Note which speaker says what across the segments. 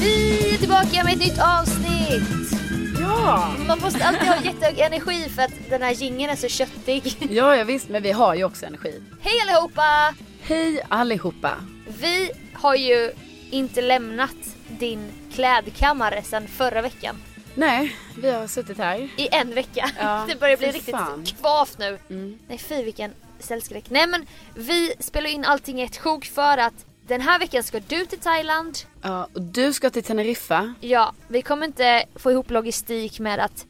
Speaker 1: Vi är tillbaka med ett nytt avsnitt!
Speaker 2: Ja!
Speaker 1: Man måste alltid ha jättehög energi för att den här jingeln är så köttig.
Speaker 2: Ja, ja visst, men vi har ju också energi.
Speaker 1: Hej allihopa!
Speaker 2: Hej allihopa!
Speaker 1: Vi har ju inte lämnat din klädkammare sedan förra veckan.
Speaker 2: Nej, vi har suttit här.
Speaker 1: I en vecka.
Speaker 2: Ja,
Speaker 1: det börjar bli
Speaker 2: fy
Speaker 1: riktigt
Speaker 2: fan.
Speaker 1: kvavt nu.
Speaker 2: Mm.
Speaker 1: Nej fy vilken cellskräck. Nej men vi spelar in allting i ett sjok för att den här veckan ska du till Thailand.
Speaker 2: Ja, och du ska till Teneriffa.
Speaker 1: Ja, vi kommer inte få ihop logistik med att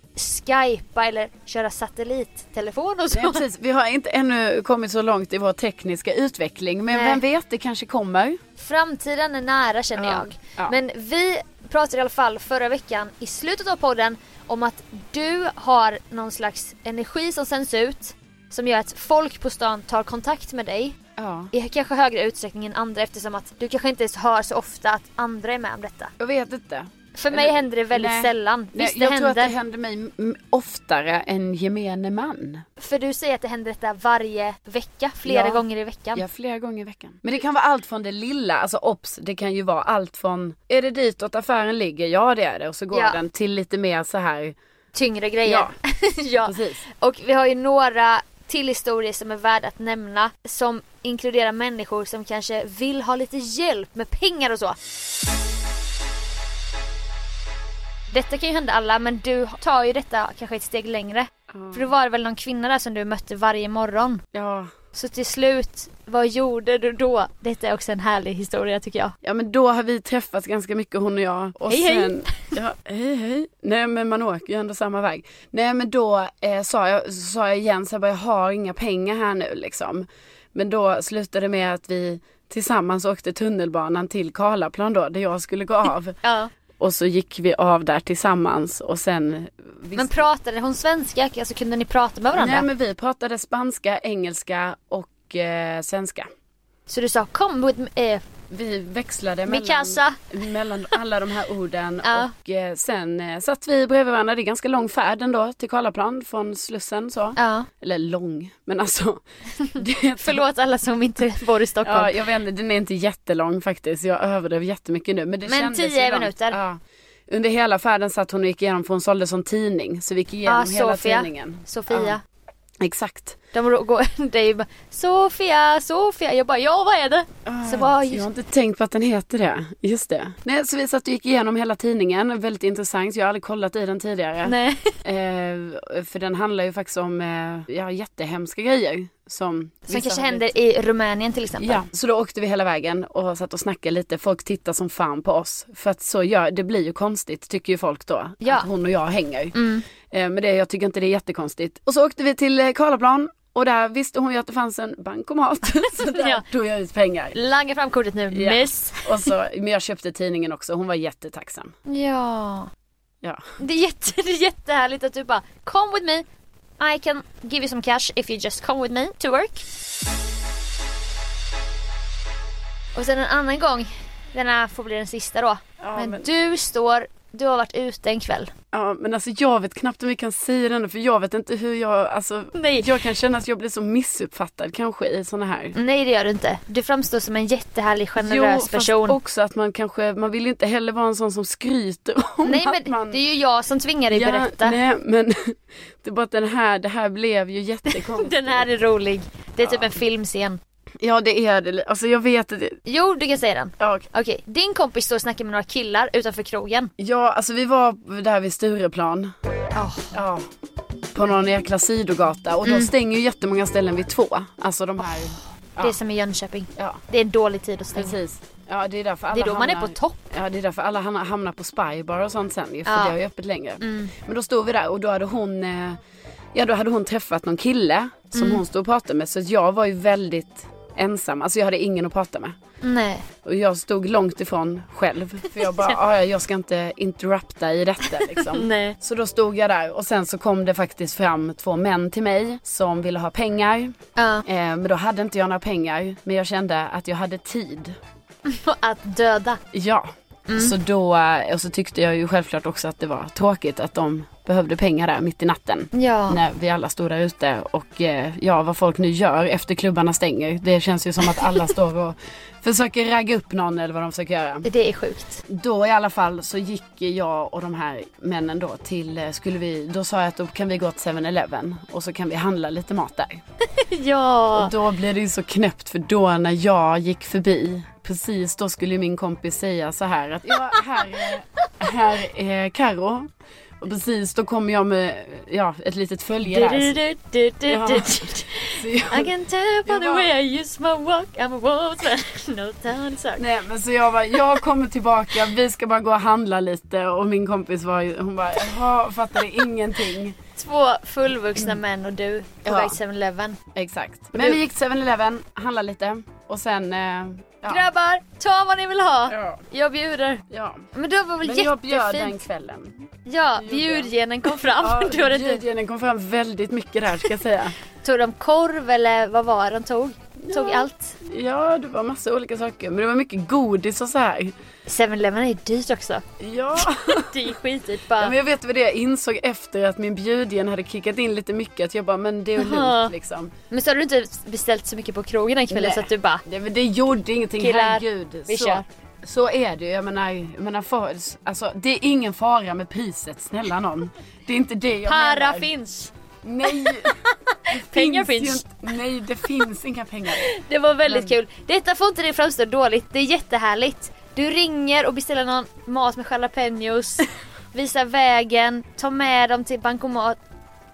Speaker 1: skypa eller köra satellittelefon och så.
Speaker 2: Nej, precis. Vi har inte ännu kommit så långt i vår tekniska utveckling. Men
Speaker 1: Nej.
Speaker 2: vem vet, det kanske kommer.
Speaker 1: Framtiden är nära känner
Speaker 2: Ja,
Speaker 1: jag.
Speaker 2: ja.
Speaker 1: Men vi pratade i alla fall förra veckan i slutet av podden om att du har någon slags energi som sänds ut som gör att folk på stan tar kontakt med dig
Speaker 2: Ja.
Speaker 1: i kanske högre utsträckning än andra eftersom att du kanske inte ens hör så ofta att andra är med om detta.
Speaker 2: Jag vet inte.
Speaker 1: För mig
Speaker 2: Eller-
Speaker 1: händer det väldigt
Speaker 2: Nej.
Speaker 1: sällan.
Speaker 2: Nej,
Speaker 1: Visst det
Speaker 2: jag
Speaker 1: händer.
Speaker 2: tror att det händer mig m- oftare än gemene man.
Speaker 1: För du säger att det händer detta varje vecka, flera
Speaker 2: Ja.
Speaker 1: gånger i veckan.
Speaker 2: Ja, flera gånger i veckan. Men det kan vara allt från det lilla, alltså obs, det kan ju vara allt från, är det ditåt affären ligger? Ja det är det. Och så går
Speaker 1: Ja.
Speaker 2: den till lite mer så här,
Speaker 1: Tyngre grejer.
Speaker 2: Ja.
Speaker 1: ja.
Speaker 2: precis.
Speaker 1: Och vi har ju några till historier som är värda att nämna som inkluderar människor som kanske vill ha lite hjälp med pengar och så. Detta kan ju hända alla men du tar ju detta kanske ett steg längre. För det var det väl någon kvinna där som du mötte varje morgon.
Speaker 2: Ja.
Speaker 1: Så till slut, vad gjorde du då? Detta är också en härlig historia tycker jag.
Speaker 2: Ja men då har vi träffats ganska mycket hon och jag. Och
Speaker 1: Hej, hej.
Speaker 2: sen, hej! Ja, hej hej! Nej men man åker ju ändå samma väg. Nej men då eh, sa, jag, så sa jag igen så jag bara, jag har inga pengar här nu liksom. Men då slutade det med att vi tillsammans åkte tunnelbanan till Karlaplan då, där jag skulle gå av.
Speaker 1: Ja.
Speaker 2: och så gick vi av där tillsammans och sen visste-
Speaker 1: Men pratade hon svenska? Alltså kunde ni prata med varandra?
Speaker 2: Nej men vi pratade spanska, engelska och eh, svenska.
Speaker 1: Så du sa kom with me, eh,
Speaker 2: Vi växlade
Speaker 1: mi
Speaker 2: mellan,
Speaker 1: casa.
Speaker 2: mellan alla de här orden
Speaker 1: Ja.
Speaker 2: och eh, sen eh, satt vi bredvid varandra. Det är ganska lång färd ändå till Karlaplan från Slussen så.
Speaker 1: Ja.
Speaker 2: Eller lång, men alltså. det är-
Speaker 1: Förlåt alla som inte bor i Stockholm.
Speaker 2: Ja, jag vet inte, den är inte jättelång faktiskt. Jag överdrev jättemycket nu. Men, det
Speaker 1: Men
Speaker 2: kändes
Speaker 1: 10
Speaker 2: ju långt.
Speaker 1: minuter.
Speaker 2: Ja. Under hela färden satt hon och gick igenom, för hon sålde som tidning. Så vi gick igenom
Speaker 1: Ja,
Speaker 2: hela
Speaker 1: Ah, Sofia.
Speaker 2: tidningen.
Speaker 1: Sofia.
Speaker 2: Ja, exakt.
Speaker 1: De rå- går, det är ju bara Sofia, Sofia. Jag bara ja vad är det? Så bara,
Speaker 2: Ah, Jag har
Speaker 1: Ah, just,
Speaker 2: inte tänkt på att den heter det. Just det. Nej, så vi satt och gick igenom hela tidningen. Väldigt intressant. Jag har aldrig kollat i den tidigare.
Speaker 1: nej.
Speaker 2: Eh, för den handlar ju faktiskt om eh, ja, jättehemska grejer. Som,
Speaker 1: Som
Speaker 2: vissa
Speaker 1: kanske
Speaker 2: har blivit-
Speaker 1: händer i Rumänien till exempel.
Speaker 2: Ja, så då åkte vi hela vägen och satt och snackade lite. Folk tittar som fan på oss. För att så gör, det blir ju konstigt tycker ju folk då.
Speaker 1: Ja. Mm.
Speaker 2: Att hon och jag hänger. Eh, men det, jag tycker inte det är jättekonstigt. Och så åkte vi till eh, Karlaplan. Och där visste hon ju att det fanns en bankomat. Så där
Speaker 1: Ja.
Speaker 2: tog jag ut pengar.
Speaker 1: Langa fram kortet nu,
Speaker 2: Ja.
Speaker 1: miss.
Speaker 2: Och så, men jag köpte tidningen också, hon var jättetacksam.
Speaker 1: Ja.
Speaker 2: Ja.
Speaker 1: Det är, jätte, det är jättehärligt att du bara Come with me I can give you some cash if you just come with me to work Och sen en annan gång Den här får bli den sista då
Speaker 2: Ja,
Speaker 1: men,
Speaker 2: men-
Speaker 1: du står Du har varit ute en kväll
Speaker 2: Ja men alltså jag vet knappt om vi kan säga det ändå, för jag vet inte hur jag, alltså
Speaker 1: Nej.
Speaker 2: jag kan känna att jag blir så missuppfattad kanske i sådana här.
Speaker 1: Nej det gör du inte Du framstår som en jättehärlig generös
Speaker 2: fast
Speaker 1: person
Speaker 2: också att man kanske, man vill ju inte heller vara en sån som skryter om
Speaker 1: Nej
Speaker 2: att
Speaker 1: men
Speaker 2: man...
Speaker 1: det är ju jag som tvingar dig berätta
Speaker 2: Nej men det är bara att den här, det här blev ju jättekonstigt.
Speaker 1: Den här är rolig Det är typ en filmscen
Speaker 2: Ja det är det, li- alltså jag vet att det,
Speaker 1: Jo du kan säga den
Speaker 2: ja,
Speaker 1: Okej, din kompis står och snackar med några killar utanför krogen
Speaker 2: ja alltså vi var där vid Stureplan.
Speaker 1: Ja.
Speaker 2: Ja. På någon jäkla sidogata
Speaker 1: Mm.
Speaker 2: och de stänger ju jättemånga ställen vid två. Alltså de här,
Speaker 1: Det är som i Jönköping
Speaker 2: ja.
Speaker 1: Det är en dålig tid att stänga
Speaker 2: Precis. Ja det är därför alla
Speaker 1: Det är då man är
Speaker 2: hamnar-
Speaker 1: på topp.
Speaker 2: Ja det är därför alla hamnar, hamnar på spybar och sånt sen ju, för
Speaker 1: Ja. Mm.
Speaker 2: det har ju öppet längre. Men då stod vi där och då hade hon, eh, ja då hade hon träffat någon kille som
Speaker 1: Mm.
Speaker 2: hon stod och pratade med så att jag var ju väldigt ensam, alltså jag hade ingen att prata med.
Speaker 1: Nej
Speaker 2: Och jag stod långt ifrån själv för jag bara, "Ah, ja jag ska inte interrupta i detta liksom.
Speaker 1: Nej.
Speaker 2: Så då stod jag där och sen så kom det faktiskt fram två män till mig som ville ha pengar.
Speaker 1: Ja.
Speaker 2: Eh, men då hade inte jag några pengar men jag kände att jag hade tid.
Speaker 1: Att döda
Speaker 2: Ja. Så då, eh, och så tyckte jag ju självklart också att det var tråkigt att de behövde pengar där mitt i natten.
Speaker 1: Ja
Speaker 2: När vi alla stod där ute och eh, ja, vad folk nu gör efter klubbarna stänger. Det känns ju som att alla står och försöker ragga upp någon eller vad de försöker göra.
Speaker 1: Det är sjukt
Speaker 2: Då i alla fall så gick jag och de här männen då till, eh, skulle vi, då sa jag att då kan vi gå till 7-Eleven och så kan vi handla lite mat där.
Speaker 1: Ja
Speaker 2: Och då blev det ju så knäppt för då när jag gick förbi Precis då skulle ju min kompis säga så här att ja, här, är- här är Karo Och precis då kom jag med ja, ett litet följe
Speaker 1: Du,
Speaker 2: där
Speaker 1: du,
Speaker 2: Så-
Speaker 1: du, du, du,
Speaker 2: Ja.
Speaker 1: du, du.
Speaker 2: så jag-
Speaker 1: I can tell by the way I use my walk I'm a woman No town suck
Speaker 2: Nej men så jag bara, jag kommer tillbaka, vi ska bara gå och handla lite och min kompis var ju, hon bara, jaha, fattade ingenting
Speaker 1: Två fullvuxna män och du på
Speaker 2: Ja.
Speaker 1: väg till 7-Eleven
Speaker 2: Exakt Men vi gick till 7-Eleven, handlade lite och sen eh, ja,
Speaker 1: Grabbar, ta vad ni vill ha!
Speaker 2: Ja.
Speaker 1: Jag bjuder.
Speaker 2: ja.
Speaker 1: Men det var väl
Speaker 2: Men jag
Speaker 1: jättefint?
Speaker 2: bjöd den kvällen
Speaker 1: Ja,
Speaker 2: gjorde jag.
Speaker 1: bjudgenen kom fram.
Speaker 2: Ja,
Speaker 1: du hade inte...
Speaker 2: ljudgenen kom fram väldigt mycket där ska jag säga
Speaker 1: typ, Tog de korv eller vad var de tog? Tog allt.
Speaker 2: Ja, det var massa olika saker. Men det var mycket godis och så här.
Speaker 1: 7-Eleven är dyrt också.
Speaker 2: Ja.
Speaker 1: Det är skitdyrt
Speaker 2: ja
Speaker 1: bara.
Speaker 2: men jag vet vad det är. jag insåg efter att min bjudgen hade kickat in lite mycket. Att jag bara, men det är
Speaker 1: Jaha.
Speaker 2: lugnt liksom.
Speaker 1: Men så har du inte beställt så mycket på krogen den kvällen
Speaker 2: Nej.
Speaker 1: så att du bara...
Speaker 2: Det, men det gjorde ingenting,
Speaker 1: Killar,
Speaker 2: herregud.
Speaker 1: vi
Speaker 2: så,
Speaker 1: kör.
Speaker 2: så är det ju. Jag menar, jag menar för, alltså, det är ingen fara med priset, snälla någon. Det är inte det jag
Speaker 1: Para
Speaker 2: menar.
Speaker 1: finns!
Speaker 2: Nej. det
Speaker 1: Pengar
Speaker 2: ju
Speaker 1: finns.
Speaker 2: inte- Nej, det finns inga pengar.
Speaker 1: Det var väldigt kul. Detta får inte dig framstå dåligt. Det är jättehärligt. Du ringer och beställer någon mat med jalapenos. Visar vägen. Ta med dem till bankomat.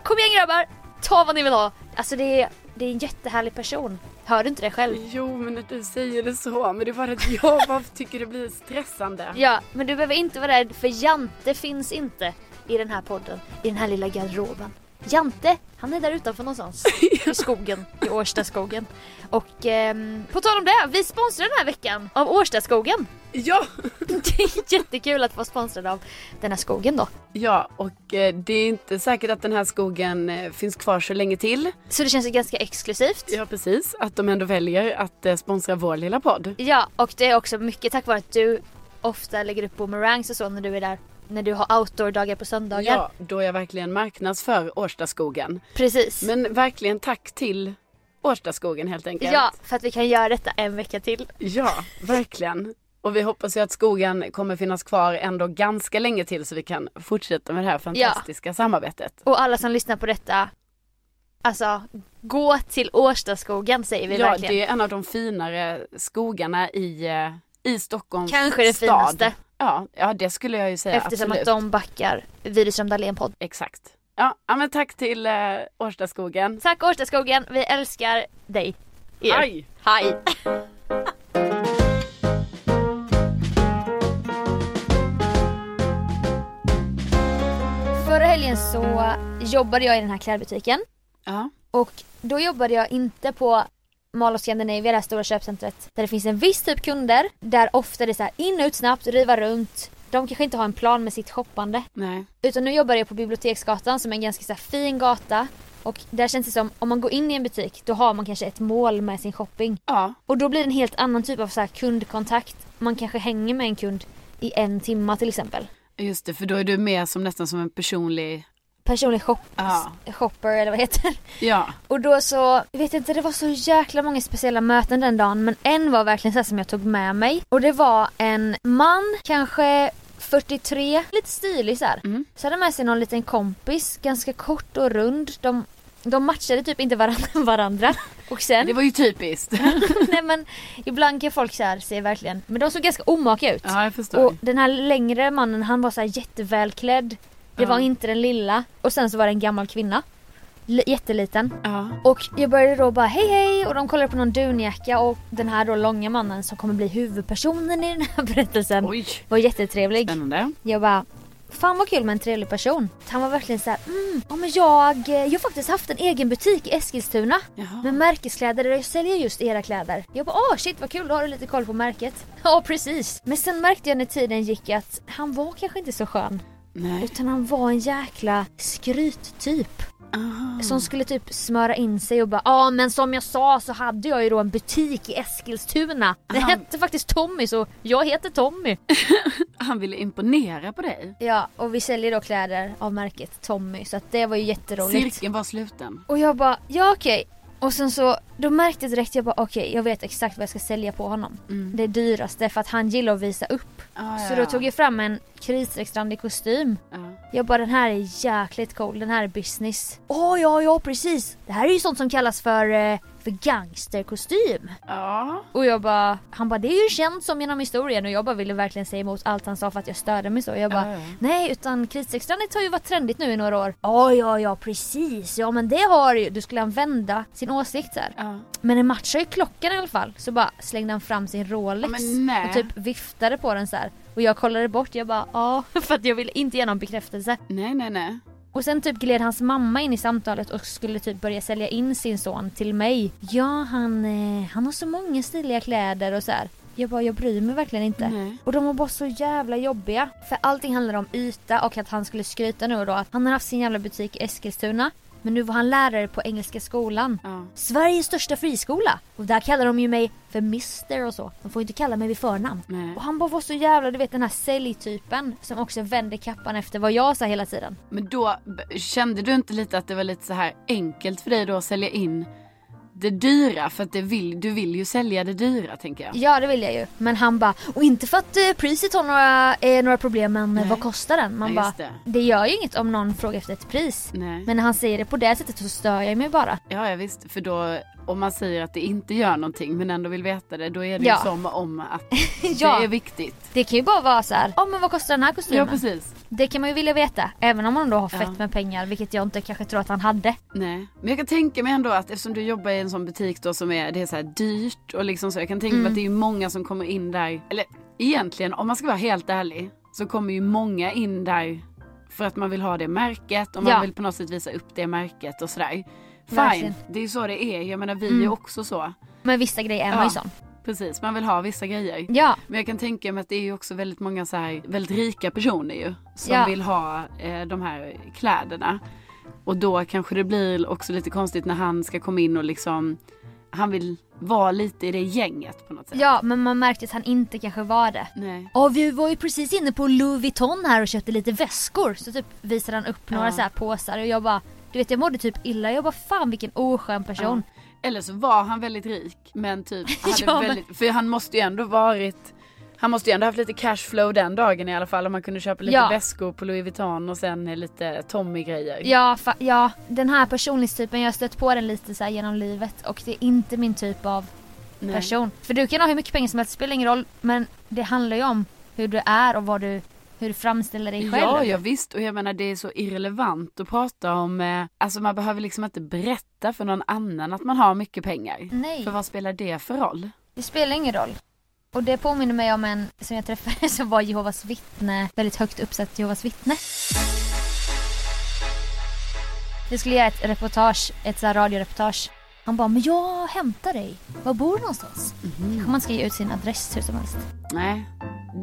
Speaker 1: Kom igen grabbar! Ta vad ni vill ha. Alltså det är, det är en jättehärlig person. Hör du inte det själv?
Speaker 2: Jo, men när du säger det så. Men det är bara att jag bara tycker det blir stressande.
Speaker 1: Ja, men du behöver inte vara rädd för Jante finns inte i den här podden. I den här lilla garderoben. Jante, han är där utanför någonstans. I skogen. I Årstaskogen. Och ehm, på tal om det, vi sponsrar den här veckan av Årstaskogen.
Speaker 2: Ja.
Speaker 1: Det är jättekul att vara sponsrad av den här skogen då.
Speaker 2: Ja, och eh, det är inte säkert att den här skogen eh, finns kvar så länge till.
Speaker 1: Så det känns ju ganska exklusivt.
Speaker 2: Ja, precis. Att de ändå väljer att eh, sponsra vår lilla podd.
Speaker 1: Ja, och det är också mycket tack vare att du ofta lägger upp boomerangs och så när du är där. När du har outdoor-dagar på söndagar.
Speaker 2: Ja, då jag verkligen marknadsför Årstaskogen.
Speaker 1: Precis.
Speaker 2: Men verkligen tack till Årstaskogen helt enkelt.
Speaker 1: Ja, för att vi kan göra detta en vecka till.
Speaker 2: ja, verkligen. Och vi hoppas ju att skogen kommer finnas kvar ändå ganska länge till så vi kan fortsätta med det här fantastiska samarbetet.
Speaker 1: Och alla som lyssnar på detta, alltså gå till Årstaskogen säger vi
Speaker 2: ja,
Speaker 1: verkligen.
Speaker 2: det är en av de finare skogarna i, eh, i Stockholms
Speaker 1: Kanske det
Speaker 2: stad.
Speaker 1: finaste.
Speaker 2: Ja, ja, det skulle jag ju säga.
Speaker 1: Eftersom
Speaker 2: absolut.
Speaker 1: att de backar Widerström Dahlén-podd.
Speaker 2: Exakt. Ja, ja men tack till eh, Årstaskogen.
Speaker 1: Tack Årstaskogen, vi älskar dig. Er.
Speaker 2: Hej!
Speaker 1: Hej! Förra helgen så jobbade jag i den här klädbutiken
Speaker 2: Ja.
Speaker 1: och då jobbade jag inte på Mall of Scandinavia, det här stora köpcentret där det finns en viss typ kunder där ofta det är så här in och ut snabbt, riva runt, de kanske inte har en plan med sitt shoppande.
Speaker 2: Nej.
Speaker 1: Utan nu jobbar jag på Biblioteksgatan som är en ganska så här, fin gata. Och där känns det som om man går in i en butik då har man kanske ett mål med sin shopping.
Speaker 2: Ja.
Speaker 1: Och då blir det en helt annan typ av så här, kundkontakt. Man kanske hänger med en kund i en timma till exempel.
Speaker 2: Just det, för då är du med som nästan som en personlig...
Speaker 1: Personlig shop-
Speaker 2: Ja.
Speaker 1: shopper eller vad det heter.
Speaker 2: Ja.
Speaker 1: Och då så, jag vet inte, det var så jäkla många speciella möten den dagen men en var verkligen så här som jag tog med mig. Och det var en man, kanske 43, lite stilig så här.
Speaker 2: Mm.
Speaker 1: Så hade han med sig någon liten kompis, ganska kort och rund. De, de matchade typ inte varandra. varandra. Och sen,
Speaker 2: Det var ju typiskt.
Speaker 1: nej men ibland kan folk så här se verkligen, men de såg ganska omaka ut.
Speaker 2: Ja, jag förstår.
Speaker 1: Och den här längre mannen han var så här jättevälklädd. Det var inte den lilla. Och sen så var det en gammal kvinna. L- jätteliten.
Speaker 2: Ja.
Speaker 1: Och jag började då bara hej hej och de kollade på någon dunjacka och den här då långa mannen som kommer bli huvudpersonen i den här berättelsen
Speaker 2: Oj.
Speaker 1: var jättetrevlig.
Speaker 2: Spännande.
Speaker 1: Jag bara Fan vad kul med en trevlig person. Han var verkligen såhär, mm, ja men jag, jag har faktiskt haft en egen butik i Eskilstuna
Speaker 2: Jaha.
Speaker 1: med märkeskläder där jag säljer just era kläder. Jag bara, åh shit vad kul, då har du lite koll på märket. Ja precis. Men sen märkte jag när tiden gick att han var kanske inte så skön.
Speaker 2: Nej.
Speaker 1: Utan han var en jäkla skryttyp.
Speaker 2: Ah,
Speaker 1: Som skulle typ smöra in sig och bara ja men som jag sa så hade jag ju då en butik i Eskilstuna. Det hette faktiskt Tommy så jag heter Tommy.
Speaker 2: Han ville imponera på dig.
Speaker 1: Ja och vi säljer då kläder av märket Tommy så att det var ju jätteroligt.
Speaker 2: Cirkeln var sluten.
Speaker 1: Och jag bara ja okej. Och sen så då märkte jag direkt jag bara okej jag vet exakt vad jag ska sälja på honom. Det dyraste för att han gillar att visa upp.
Speaker 2: Ja, ja,
Speaker 1: Så då
Speaker 2: ja.
Speaker 1: tog jag fram en kritstrecksrandig kostym.
Speaker 2: Ja.
Speaker 1: Jag bara den här är jäkligt cool, den här är business. Åh ja, ja precis. Det här är ju sånt som kallas för, eh, för gangsterkostym.
Speaker 2: ja.
Speaker 1: Och jag bara, han bara det är ju känt som genom historien och jag bara ville verkligen säga emot allt han sa för att jag störde mig så. Jag bara,
Speaker 2: Ja, ja.
Speaker 1: nej utan kritstrecksrandigt har ju varit trendigt nu i några år. Ja, ja, ja precis. Ja men det har ju, du skulle använda sin åsikt där.
Speaker 2: Ja.
Speaker 1: Men den matchar ju klockan i alla fall. Så bara slängde han fram sin Rolex
Speaker 2: Ja, men nej.
Speaker 1: och typ viftade på den så här. Och jag kollade bort, jag bara ja, för att jag ville inte ge någon bekräftelse.
Speaker 2: Nej, nej, nej.
Speaker 1: Och sen typ gled hans mamma in i samtalet och skulle typ börja sälja in sin son till mig. Ja, han, eh, han har så många stiliga kläder och så här. Jag bara, jag bryr mig verkligen inte.
Speaker 2: Nej.
Speaker 1: Och de var bara så jävla jobbiga. För allting handlade om yta och att han skulle skryta nu och då att han har haft sin jävla butik i Eskilstuna. Men nu var han lärare på Engelska skolan.
Speaker 2: Ja.
Speaker 1: Sveriges största friskola. Och där kallar de ju mig för Mister och så. De får ju inte kalla mig vid förnamn.
Speaker 2: Nej.
Speaker 1: Och han bara var så jävla, du vet den här säljtypen som också vände kappan efter vad jag sa hela tiden.
Speaker 2: Men då b- kände du inte lite att det var lite så här enkelt för dig då att sälja in det dyra? För att det vill, du vill ju sälja det dyra tänker jag.
Speaker 1: Ja det vill jag ju. Men han bara, och inte för att eh, priset har några, eh, några problem men eh, vad kostar den? Man
Speaker 2: Ja,
Speaker 1: bara,
Speaker 2: just
Speaker 1: det.
Speaker 2: det. Mm.
Speaker 1: gör ju inget om någon frågar efter ett pris.
Speaker 2: Nej.
Speaker 1: Men när han säger det på det sättet så stör jag mig bara.
Speaker 2: Ja, ja visst. För då om man säger att det inte gör någonting men ändå vill veta det då är det
Speaker 1: Ja.
Speaker 2: ju som om att
Speaker 1: Ja.
Speaker 2: det är viktigt.
Speaker 1: Det kan ju bara vara så här, ja men vad kostar den här
Speaker 2: Ja
Speaker 1: kostymen?
Speaker 2: precis.
Speaker 1: det kan man ju vilja veta. Även om han då har fett med pengar vilket jag inte kanske tror att han hade.
Speaker 2: Nej. Men jag kan tänka mig ändå att eftersom du jobbar i en sån butik då som är, det är så här dyrt och liksom så. Jag kan tänka mig att det
Speaker 1: Mm.
Speaker 2: är ju många som kommer in där. Eller egentligen om man ska vara helt ärlig så kommer ju många in där för att man vill ha det märket och man
Speaker 1: Ja.
Speaker 2: vill på något sätt visa upp det märket och sådär. Fine,
Speaker 1: Verkligen. Mm.
Speaker 2: det är ju så det är. Jag menar vi är också så.
Speaker 1: Men vissa grejer är man ju sån.
Speaker 2: Precis, man vill ha vissa grejer.
Speaker 1: Ja.
Speaker 2: Men jag kan tänka mig att det är ju också väldigt många så här, väldigt rika personer ju. Som
Speaker 1: Ja.
Speaker 2: vill ha eh, de här kläderna. Och då kanske det blir också lite konstigt när han ska komma in och liksom Han vill vara lite i det gänget på något sätt.
Speaker 1: Ja men man märkte att han inte kanske var det.
Speaker 2: Nej.
Speaker 1: Ja vi var ju precis inne på Louis Vuitton här och köpte lite väskor så typ visade han upp några så här påsar och jag bara du vet jag mådde typ illa, jag bara fan vilken oskön person.
Speaker 2: Eller så var han väldigt rik men typ hade
Speaker 1: Ja, men-
Speaker 2: väldigt, För han måste ju ändå varit Han måste ju ändå haft lite cashflow den dagen i alla fall om man kunde köpa lite
Speaker 1: Ja.
Speaker 2: väskor på Louis Vuitton och sen eh, lite Tommy-grejer.
Speaker 1: Ja, fa- ja, den här personlighetstypen, jag har stött på den lite så här genom livet och det är inte min typ av
Speaker 2: Nej.
Speaker 1: person. För du kan ha hur mycket pengar som helst, det spelar ingen roll men det handlar ju om hur du är och vad du, hur du framställer dig själv.
Speaker 2: Ja, ja visst. Och jag menar det är så irrelevant att prata om, eh, alltså man behöver liksom inte berätta för någon annan att man har mycket pengar.
Speaker 1: Nej.
Speaker 2: För vad spelar det för roll?
Speaker 1: Det spelar ingen roll. Och det påminner mig om en som jag träffade som var Jehovas vittne, väldigt högt uppsatt Jehovas vittne. Vi skulle göra ett reportage, ett så här radioreportage. Han bara, men jag hämtar dig. Var bor du någonstans? Kanske man ska ge ut sin adress hur som helst.
Speaker 2: Nej.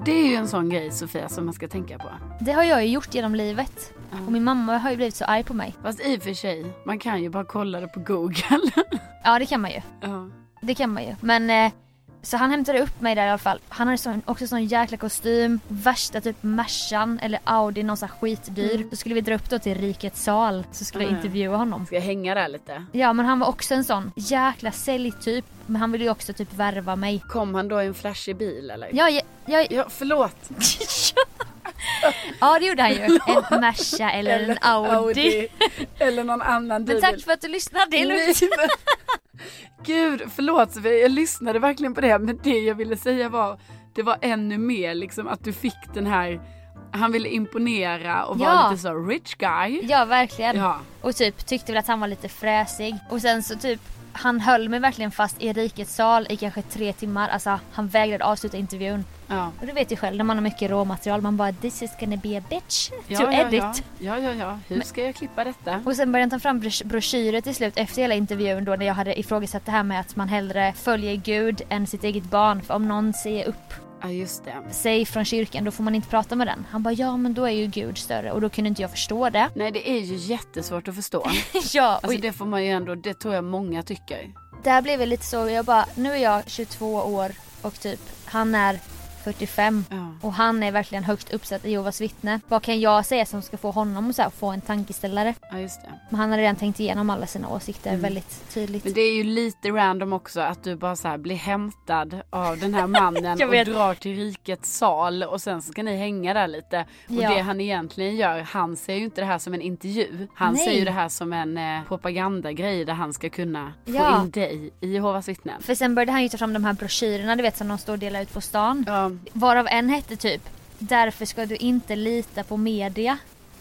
Speaker 2: Det är ju en sån grej Sofia som man ska tänka på.
Speaker 1: Det har jag ju gjort genom livet. Och min mamma har ju blivit så arg på mig.
Speaker 2: Fast i och för sig, man kan ju bara kolla det på google.
Speaker 1: Ja det kan man ju.
Speaker 2: ja.
Speaker 1: Det kan man ju. Men eh, så han hämtade upp mig där i alla fall. Han hade sån, också sån jäkla kostym. Värsta typ Mercan eller Audi, någon sån här skitdyr. Så skulle vi dra upp då till Rikets sal. Så skulle jag
Speaker 2: Mm.
Speaker 1: intervjua honom.
Speaker 2: Ska jag hänga där lite?
Speaker 1: Ja men han var också en sån jäkla säljtyp. Men han ville ju också typ värva mig.
Speaker 2: Kom han då i en flashig bil eller?
Speaker 1: Ja, jag, jag,
Speaker 2: Ja, förlåt.
Speaker 1: ja det gjorde han ju. En Merca eller en Audi.
Speaker 2: Eller någon annan
Speaker 1: Men tack för att du lyssnade, det är lugnt.
Speaker 2: Nej, men- Gud, förlåt Sofia, jag lyssnade verkligen på det men det jag ville säga var det var ännu mer liksom att du fick den här han ville imponera och
Speaker 1: Ja.
Speaker 2: vara lite så rich guy.
Speaker 1: Ja verkligen.
Speaker 2: Ja.
Speaker 1: Och typ tyckte väl att han var lite fräsig. Och sen så typ han höll mig verkligen fast i rikets sal i kanske tre timmar. Alltså han vägrade avsluta intervjun.
Speaker 2: Ja.
Speaker 1: Och du vet ju själv när man har mycket råmaterial man bara this is gonna be a bitch to
Speaker 2: Ja, ja,
Speaker 1: edit.
Speaker 2: ja. ja, ja, ja. Hur ska jag klippa detta?
Speaker 1: Och sen började han ta fram brosch- broschyrer till slut efter hela intervjun då när jag hade ifrågasatt det här med att man hellre följer Gud än sitt eget barn. För om någon säger upp
Speaker 2: Ja, just det.
Speaker 1: sig från kyrkan då får man inte prata med den. Han bara ja men då är ju Gud större och då kunde inte jag förstå det.
Speaker 2: Nej, det är ju jättesvårt att förstå.
Speaker 1: ja, och
Speaker 2: Alltså det får man ju ändå, det tror jag många tycker.
Speaker 1: Där blev jag lite så, jag bara, nu är jag 22 år och typ han är 45
Speaker 2: Ja.
Speaker 1: och han är verkligen högst uppsatt i Jehovas vittne. Vad kan jag säga som ska få honom att så här, få en tankeställare?
Speaker 2: Ja, just det.
Speaker 1: Men han hade redan tänkt igenom alla sina åsikter väldigt tydligt.
Speaker 2: Mm. Men det är ju lite random också att du bara så här blir hämtad av den här mannen
Speaker 1: Jag
Speaker 2: och
Speaker 1: vet.
Speaker 2: drar till rikets sal och sen ska ni hänga där lite. Och
Speaker 1: Ja.
Speaker 2: det han egentligen gör, han ser ju inte det här som en intervju. Han
Speaker 1: Nej.
Speaker 2: ser ju det här som en eh, propagandagrej där han ska kunna
Speaker 1: Ja.
Speaker 2: få in dig i Jehovas vittnen.
Speaker 1: För sen började han ju ta fram de här broschyrerna du vet som de står och delar ut på stan.
Speaker 2: Ja,
Speaker 1: Varav en hette typ Därför ska du inte lita på media.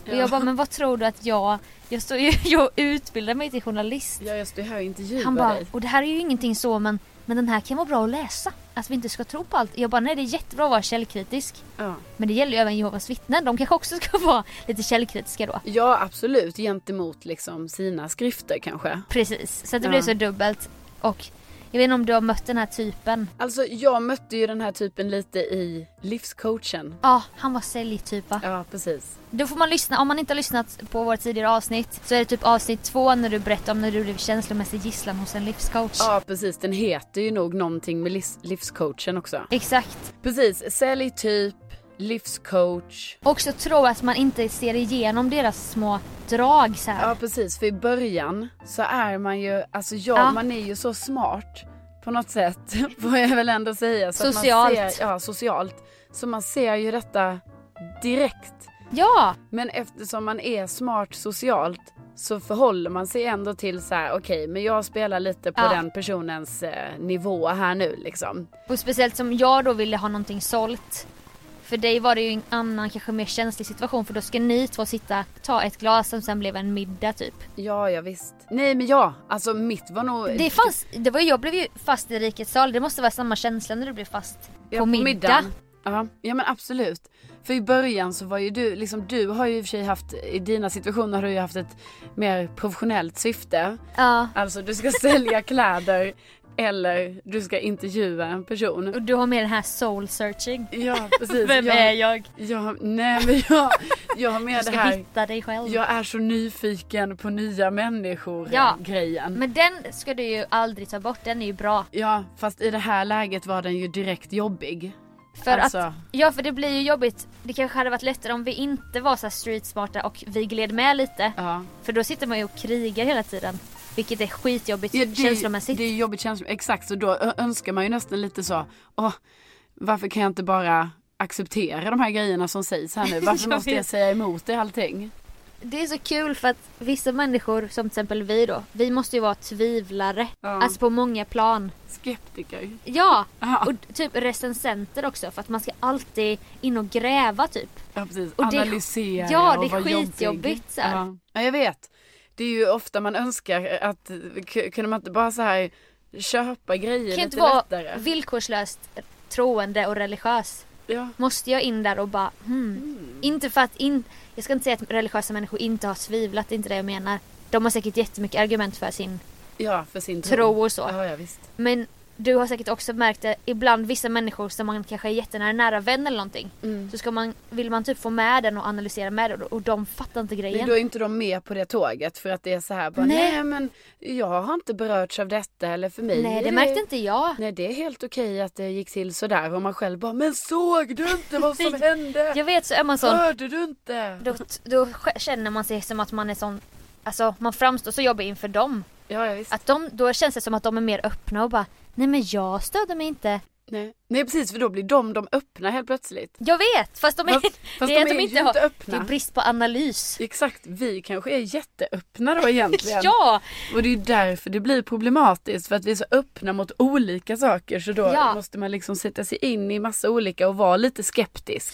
Speaker 1: Och jag bara men vad tror du att jag, jag, står ju, jag utbildar mig till journalist.
Speaker 2: ja just det, jag intervjuar
Speaker 1: Han bara,
Speaker 2: dig.
Speaker 1: och det här är ju ingenting så men, men den här kan vara bra att läsa. Att vi inte ska tro på allt. Jag bara, nej det är jättebra att vara källkritisk.
Speaker 2: Ja.
Speaker 1: Men det gäller ju även Jehovas vittnen. De kanske också ska vara lite källkritiska då.
Speaker 2: ja, absolut. Gentemot liksom sina skrifter kanske.
Speaker 1: Precis, så att det
Speaker 2: Ja.
Speaker 1: blir så dubbelt. Och jag vet inte om du har mött den här typen.
Speaker 2: Alltså jag mötte ju den här typen lite i livscoachen.
Speaker 1: Ja, han var säljtyp va?
Speaker 2: Ja, precis.
Speaker 1: Då får man lyssna, om man inte har lyssnat på våra tidigare avsnitt så är det typ avsnitt två när du berättar om när du blev känslomässig gisslan hos en livscoach.
Speaker 2: Ja precis, den heter ju nog någonting med livs- livscoachen också.
Speaker 1: Exakt.
Speaker 2: Precis, säljtyp, livscoach.
Speaker 1: Också tro att man inte ser igenom deras små drag så här.
Speaker 2: Ja precis, för i början så är man ju, alltså ja,
Speaker 1: Ja.
Speaker 2: man är ju så smart på något sätt får jag väl ändå säga. Så att Man
Speaker 1: Socialt.
Speaker 2: ser, ja, socialt. Så man ser ju detta direkt.
Speaker 1: ja.
Speaker 2: Men eftersom man är smart socialt så förhåller man sig ändå till så här, okej men jag spelar lite på
Speaker 1: Ja.
Speaker 2: den personens eh, nivå här nu liksom.
Speaker 1: Och speciellt som jag då ville ha någonting sålt. För dig var det ju en annan kanske mer känslig situation för då ska ni två sitta, ta ett glas som sen blev en middag typ.
Speaker 2: Ja, ja visst. Nej men ja, alltså mitt var nog...
Speaker 1: Det fanns, det var ju, jag blev ju fast i rikets sal, det måste vara samma känsla när du blev fast
Speaker 2: Ja,
Speaker 1: på middag.
Speaker 2: middagen. Ja, ja men absolut. För i början så var ju du, liksom du har ju i och för sig haft, i dina situationer har du ju haft ett mer professionellt syfte.
Speaker 1: Ja.
Speaker 2: Alltså du ska sälja kläder eller du ska intervjua en person.
Speaker 1: Och du har med den här soul searching.
Speaker 2: Ja precis.
Speaker 1: Vem är jag?
Speaker 2: Ja, nej men jag, jag har
Speaker 1: Du
Speaker 2: med
Speaker 1: ska
Speaker 2: det här,
Speaker 1: hitta dig själv.
Speaker 2: jag är så nyfiken på nya människor
Speaker 1: Ja.
Speaker 2: grejen.
Speaker 1: Men den ska du ju aldrig ta bort, den är ju bra.
Speaker 2: Ja, fast i det här läget var den ju direkt jobbig.
Speaker 1: För att,
Speaker 2: Alltså.
Speaker 1: ja för det blir ju jobbigt. Det kanske hade varit lättare om vi inte var så här streetsmarta och vi gled med lite.
Speaker 2: Ja.
Speaker 1: För då sitter man ju och krigar hela tiden. Vilket är skitjobbigt
Speaker 2: Ja, det,
Speaker 1: känslomässigt.
Speaker 2: Det är jobbigt känslomässigt, exakt. Så då ö- önskar man ju nästan lite så, åh, varför kan jag inte bara acceptera de här grejerna som sägs här nu? Varför
Speaker 1: Jag
Speaker 2: måste jag
Speaker 1: vet.
Speaker 2: säga emot det allting?
Speaker 1: Det är så kul för att vissa människor, som till exempel vi då, vi måste ju vara tvivlare. Alltså på många plan.
Speaker 2: Skeptiker.
Speaker 1: Ja!
Speaker 2: Ja.
Speaker 1: Och typ recensenter också för att man ska alltid in och gräva typ.
Speaker 2: Ja, precis.
Speaker 1: Och det är-
Speaker 2: Analysera
Speaker 1: ja, det är
Speaker 2: och vara jobbig.
Speaker 1: skitjobbigt så här.
Speaker 2: Ja. ja, jag vet. Det är ju ofta man önskar att, k- kunde man inte bara så här köpa grejer
Speaker 1: Det kan ju
Speaker 2: lite
Speaker 1: inte vara
Speaker 2: lättare?
Speaker 1: villkorslöst troende och religiös.
Speaker 2: Ja.
Speaker 1: Måste jag in där och bara hmm.
Speaker 2: Mm.
Speaker 1: Inte för att in... Jag ska inte säga att religiösa människor inte har tvivlat, det är inte det jag menar. De har säkert jättemycket argument för sin
Speaker 2: ja, för sin
Speaker 1: tro och så.
Speaker 2: Ja, ja, visst.
Speaker 1: Men du har säkert också märkt det ibland vissa människor som man kanske är jättenära nära vän eller någonting.
Speaker 2: Mm.
Speaker 1: Så ska man, vill man typ få med den och analysera med den och de fattar inte
Speaker 2: Men
Speaker 1: grejen.
Speaker 2: då är inte de med på det tåget för att det är så här bara, nej.
Speaker 1: Nej.
Speaker 2: men jag har inte berörts av detta eller för mig är
Speaker 1: Nej det märkte inte jag.
Speaker 2: Nej det är helt okej att det gick till sådär och man själv bara men såg du inte vad som hände?
Speaker 1: Jag vet så är man sån,
Speaker 2: Hörde du inte?
Speaker 1: då, då sk- känner man sig som att man är sån, alltså man framstår så jobbig inför dem.
Speaker 2: Ja, ja visst.
Speaker 1: Att de, då känns det som att de är mer öppna och bara Nej men jag stöder mig inte.
Speaker 2: Nej. nej precis för då blir de de öppna helt plötsligt.
Speaker 1: Jag vet! Fast de är,
Speaker 2: Fast- fast
Speaker 1: det
Speaker 2: de
Speaker 1: är att
Speaker 2: är
Speaker 1: de inte
Speaker 2: ju
Speaker 1: har,
Speaker 2: inte öppna.
Speaker 1: Det är brist på analys.
Speaker 2: Exakt, vi kanske är jätteöppna då egentligen.
Speaker 1: Ja!
Speaker 2: Och det är ju därför det blir problematiskt för att vi är så öppna mot olika saker så då
Speaker 1: Ja.
Speaker 2: måste man liksom sätta sig in i massa olika och vara lite skeptisk.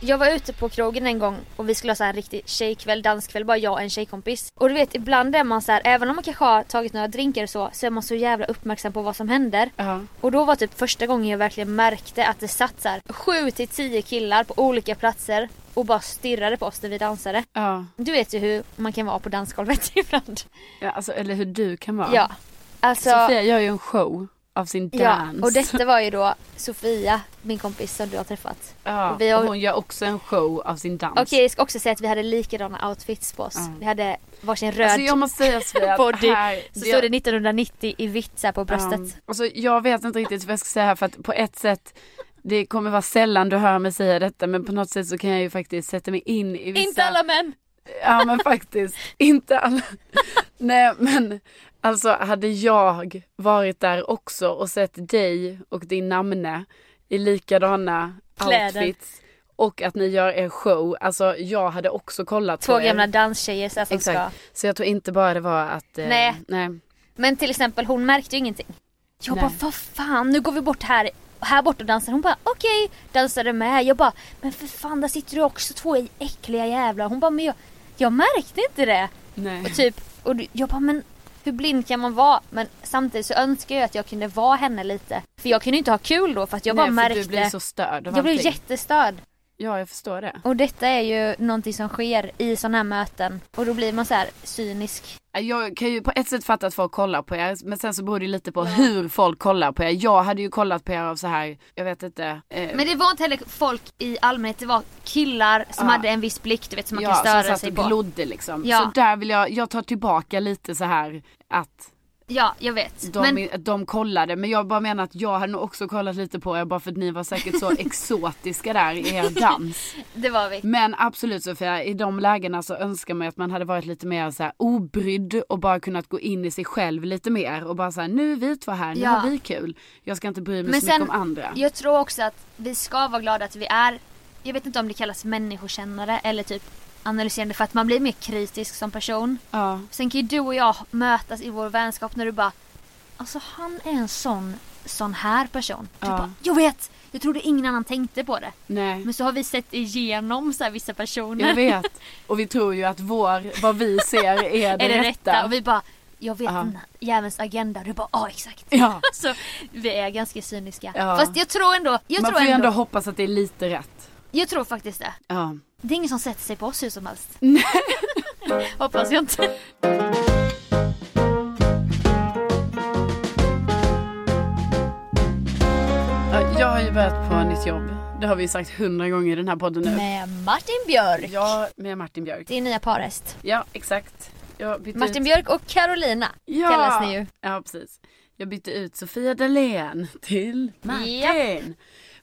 Speaker 1: Jag var ute på krogen en gång och vi skulle ha så här en riktig tjejkväll, danskväll, bara jag och en tjejkompis. Och du vet ibland är man så här, även om man kanske har tagit några drinkar och så, så är man så jävla uppmärksam på vad som händer.
Speaker 2: Ja.
Speaker 1: Och då var typ första gången jag verkligen märkte att det satt så här 7 till 10 killar på olika platser och bara stirrade på oss när vi dansade.
Speaker 2: Ja.
Speaker 1: Du vet ju hur man kan vara på dansgolvet ibland.
Speaker 2: ja alltså, eller hur du kan vara.
Speaker 1: Ja. Alltså,
Speaker 2: Sofia gör ju en show av sin
Speaker 1: ja.
Speaker 2: dans.
Speaker 1: Och detta var ju då Sofia, min kompis som du har träffat.
Speaker 2: Ja,
Speaker 1: och vi har-
Speaker 2: och hon gör också en show av sin dans.
Speaker 1: Okej, jag ska också säga att vi hade likadana outfits på oss.
Speaker 2: Ja.
Speaker 1: Vi hade varsin röd
Speaker 2: Alltså jag måste säga Sofia, att
Speaker 1: body.
Speaker 2: här,
Speaker 1: Så står det 1990 i vitt så här på bröstet.
Speaker 2: Ja. Alltså, jag vet inte riktigt vad jag ska säga här för att på ett sätt det kommer vara sällan du hör mig säga detta men på något sätt så kan jag ju faktiskt sätta mig in i vissa...
Speaker 1: Inte alla män!
Speaker 2: Ja men faktiskt, inte alla. Nej men alltså hade jag varit där också och sett dig och din namne i likadana
Speaker 1: Kläder.
Speaker 2: outfits och att ni gör er show, alltså jag hade också kollat
Speaker 1: Två
Speaker 2: på er.
Speaker 1: gamla danstjejer så här som ska.
Speaker 2: Exakt. Så jag tror inte bara det var att... eh,
Speaker 1: Nej.
Speaker 2: nej.
Speaker 1: Men till exempel hon märkte ju ingenting. Jag
Speaker 2: Nej.
Speaker 1: bara vad fan nu går vi bort här, här bort och dansar. Hon bara okej, dansade med. Jag bara men för fan där sitter du också två äckliga jävlar. Hon bara men jag, jag märkte inte det.
Speaker 2: Nej.
Speaker 1: Och typ, och du- jag bara men hur blind kan man vara? Men samtidigt så önskar jag att jag kunde vara henne lite. För jag kunde ju inte ha kul då för att jag
Speaker 2: nej,
Speaker 1: bara
Speaker 2: för
Speaker 1: märkte.
Speaker 2: du blir så störd av
Speaker 1: jag blev
Speaker 2: allting.
Speaker 1: jättestörd.
Speaker 2: Ja, jag förstår det.
Speaker 1: Och detta är ju någonting som sker i sådana här möten. Och då blir man så här cynisk.
Speaker 2: Jag kan ju på ett sätt fatta att folk kollar på er, men sen så beror det ju lite på hur folk kollar på er. Jag hade ju kollat på er av så här, jag vet inte. Eh,
Speaker 1: Men det var inte heller folk i allmänhet, det var killar som
Speaker 2: Ja.
Speaker 1: hade en viss blick du vet som man
Speaker 2: Ah. ja,
Speaker 1: kan
Speaker 2: som
Speaker 1: störa
Speaker 2: satt
Speaker 1: sig
Speaker 2: och
Speaker 1: på.
Speaker 2: glodde liksom.
Speaker 1: Ja.
Speaker 2: Så där vill jag, jag tar tillbaka lite så här att
Speaker 1: Ja, jag vet.
Speaker 2: de,
Speaker 1: men
Speaker 2: att de kollade. Men jag bara menar att jag hade nog också kollat lite på er bara för att ni var säkert så exotiska där i er dans.
Speaker 1: det var vi.
Speaker 2: Men absolut Sofia, i de lägena så önskar man ju att man hade varit lite mer så här obrydd och bara kunnat gå in i sig själv lite mer och bara så här, nu är vi två här, nu
Speaker 1: Ja.
Speaker 2: har vi kul. Jag ska inte bry mig
Speaker 1: Men
Speaker 2: så
Speaker 1: sen,
Speaker 2: mycket om andra.
Speaker 1: jag tror också att vi ska vara glada att vi är, jag vet inte om det kallas människokännare eller typ analyserande för att man blir mer kritisk som person.
Speaker 2: Ja.
Speaker 1: Sen kan ju du och jag mötas i vår vänskap när du bara Alltså han är en sån, sån här person. Du
Speaker 2: Ja.
Speaker 1: bara, jag vet! Jag trodde ingen annan tänkte på det.
Speaker 2: Nej.
Speaker 1: Men så har vi sett igenom så här vissa personer.
Speaker 2: Jag vet. Och vi tror ju att vår, vad vi ser är det,
Speaker 1: är det
Speaker 2: rätta.
Speaker 1: rätta? Och vi bara, jag vet
Speaker 2: Ja.
Speaker 1: den här jävelns agenda. Du bara, ja exakt.
Speaker 2: Ja.
Speaker 1: Så vi är ganska cyniska.
Speaker 2: Ja.
Speaker 1: Fast jag tror ändå, jag
Speaker 2: Man
Speaker 1: tror
Speaker 2: får ju
Speaker 1: ändå,
Speaker 2: ändå hoppas att det är lite rätt.
Speaker 1: jag tror faktiskt det.
Speaker 2: Ja.
Speaker 1: Det är ingen som sätter sig på oss hur som helst. Hoppas jag inte.
Speaker 2: Ja, Jag har ju börjat på nytt jobb. Det har vi ju sagt hundra gånger i den här podden nu.
Speaker 1: Med Martin Björk.
Speaker 2: Ja, med Martin Björk.
Speaker 1: Din nya parhäst.
Speaker 2: Ja, exakt. Jag bytte
Speaker 1: Martin
Speaker 2: ut-
Speaker 1: Björk och Carolina
Speaker 2: ja.
Speaker 1: kallas ni ju.
Speaker 2: Ja, precis. Jag bytte ut Sofia Dalén till Martin.
Speaker 1: Ja.
Speaker 2: Men,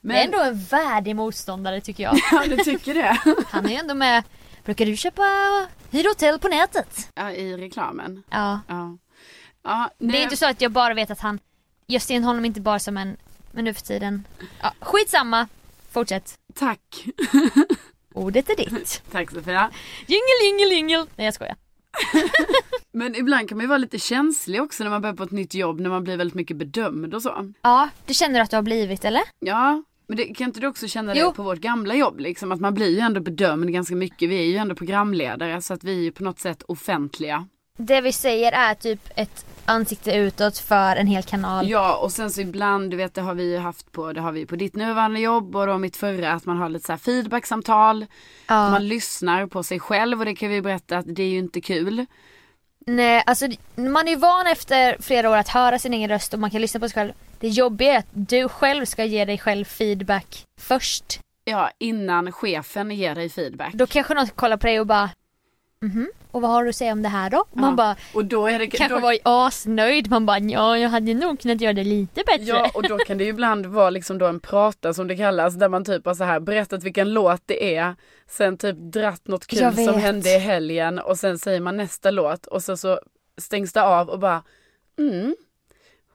Speaker 1: Det är ändå en värdig motståndare tycker jag.
Speaker 2: Ja, du tycker det?
Speaker 1: Han är ju ändå med. Brukar du köpa hyrhotell på nätet?
Speaker 2: ja, i reklamen.
Speaker 1: Ja.
Speaker 2: Ja. ja
Speaker 1: Det
Speaker 2: nej.
Speaker 1: är inte så att jag bara vet att han, jag ser honom inte bara som en, men nu för tiden. Ja, skitsamma, fortsätt.
Speaker 2: Tack.
Speaker 1: Ordet är ditt.
Speaker 2: Tack Sofia.
Speaker 1: Jingel, jingel, jingel. Nej jag skojar.
Speaker 2: Men ibland kan man ju vara lite känslig också när man börjar på ett nytt jobb när man blir väldigt mycket bedömd och så.
Speaker 1: Ja, det känner du att du har blivit eller?
Speaker 2: Ja, men det, kan inte du också känna det
Speaker 1: Jo.
Speaker 2: på vårt gamla jobb liksom? Att man blir ju ändå bedömd ganska mycket. Vi är ju ändå programledare så att vi är ju på något sätt offentliga.
Speaker 1: Det vi säger är typ ett ansikte utåt för en hel kanal.
Speaker 2: Ja, och sen så ibland, du vet det har vi ju haft på, det har vi på ditt nuvarande jobb och då mitt förra, att man har lite så här feedbacksamtal.
Speaker 1: Ja.
Speaker 2: Man lyssnar på sig själv och det kan vi berätta att det är ju inte kul.
Speaker 1: Nej, alltså man är ju van efter flera år att höra sin egen röst och man kan lyssna på sig själv. Det jobbiga är att du själv ska ge dig själv feedback först.
Speaker 2: Ja, innan chefen ger dig feedback.
Speaker 1: Då kanske någon kollar på dig och bara Mhm, och vad har du att säga om det här då? Och Man
Speaker 2: Ja.
Speaker 1: bara
Speaker 2: och då är det,
Speaker 1: kanske
Speaker 2: då,
Speaker 1: var asnöjd, man bara ja, jag hade nog kunnat göra det lite bättre.
Speaker 2: Ja, och då kan det ju ibland vara liksom då en prata som det kallas, där man typ har så här berättat vilken låt det är, sen typ dratt något
Speaker 1: Jag
Speaker 2: kul
Speaker 1: vet.
Speaker 2: som hände i helgen och sen säger man nästa låt och så, så stängs det av och bara mm.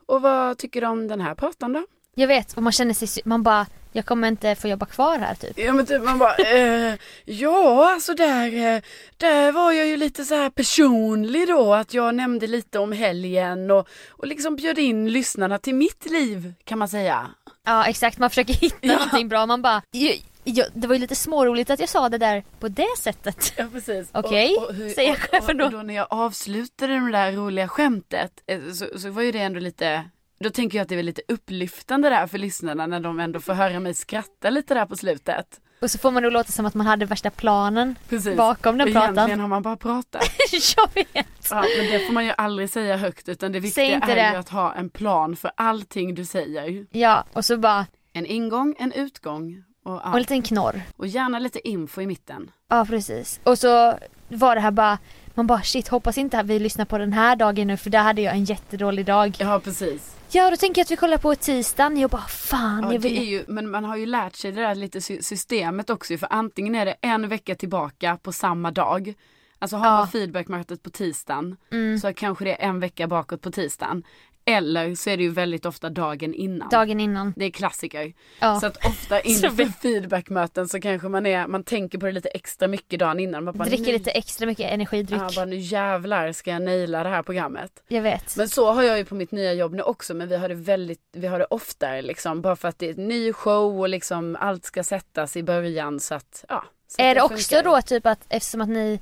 Speaker 2: Och vad tycker du om den här pratan då?
Speaker 1: Jag vet, och man känner sig, sy- man bara jag kommer inte få jobba kvar här typ.
Speaker 2: Ja men typ man bara, eh, ja alltså där, eh, där var jag ju lite så här personlig då att jag nämnde lite om helgen och, och liksom bjöd in lyssnarna till mitt liv kan man säga.
Speaker 1: Ja exakt, man försöker hitta någonting bra, man bara "Ju- ja, det var ju lite småroligt att jag sa det där på det sättet.
Speaker 2: Ja precis.
Speaker 1: Okej,
Speaker 2: Och- och hur-
Speaker 1: säger
Speaker 2: och-
Speaker 1: chefen då.
Speaker 2: Och, och då när jag avslutade det där roliga skämtet eh, så, så var ju det ändå lite, då tänker jag att det är lite upplyftande där för lyssnarna när de ändå får höra mig skratta lite där på slutet.
Speaker 1: Och så får man då låta som att man hade värsta planen
Speaker 2: Precis.
Speaker 1: bakom den
Speaker 2: Och
Speaker 1: pratan.
Speaker 2: Egentligen har man bara pratat.
Speaker 1: jag vet.
Speaker 2: Ja, men det får man ju aldrig säga högt utan det viktiga
Speaker 1: Säg inte
Speaker 2: är
Speaker 1: det.
Speaker 2: ju att ha en plan för allting du säger.
Speaker 1: Ja, och så bara,
Speaker 2: En ingång, en utgång och,
Speaker 1: och en
Speaker 2: ja.
Speaker 1: liten knorr.
Speaker 2: och gärna lite info i mitten.
Speaker 1: Ja, precis. Och så var det här bara, man bara shit hoppas inte att vi lyssnar på den här dagen nu för där hade jag en jättedålig dag.
Speaker 2: Ja precis.
Speaker 1: Ja, då tänker jag att vi kollar på tisdagen. Jag bara fan,
Speaker 2: Ja,
Speaker 1: jag
Speaker 2: det är
Speaker 1: vill...
Speaker 2: ju, men man har ju lärt sig det där lite sy- systemet också för antingen är det en vecka tillbaka på samma dag. Alltså har man feedbackmötet på tisdagen
Speaker 1: Mm.
Speaker 2: så kanske det är en vecka bakåt på tisdagen. Eller så är det ju väldigt ofta dagen innan.
Speaker 1: Dagen innan.
Speaker 2: Det är klassiker.
Speaker 1: Ja.
Speaker 2: Så att ofta inför feedbackmöten så kanske man är, man tänker på det lite extra mycket dagen innan. Man bara,
Speaker 1: Dricker
Speaker 2: nu,
Speaker 1: lite extra mycket energidryck.
Speaker 2: Ja, bara, nu jävlar ska jag naila det här programmet.
Speaker 1: Jag vet.
Speaker 2: Men så har jag ju på mitt nya jobb nu också men vi har det väldigt, vi har det oftare liksom bara för att det är en ny show och liksom allt ska sättas i början så att ja. Så
Speaker 1: är
Speaker 2: att
Speaker 1: det
Speaker 2: funkar
Speaker 1: också
Speaker 2: ju.
Speaker 1: då typ att eftersom att ni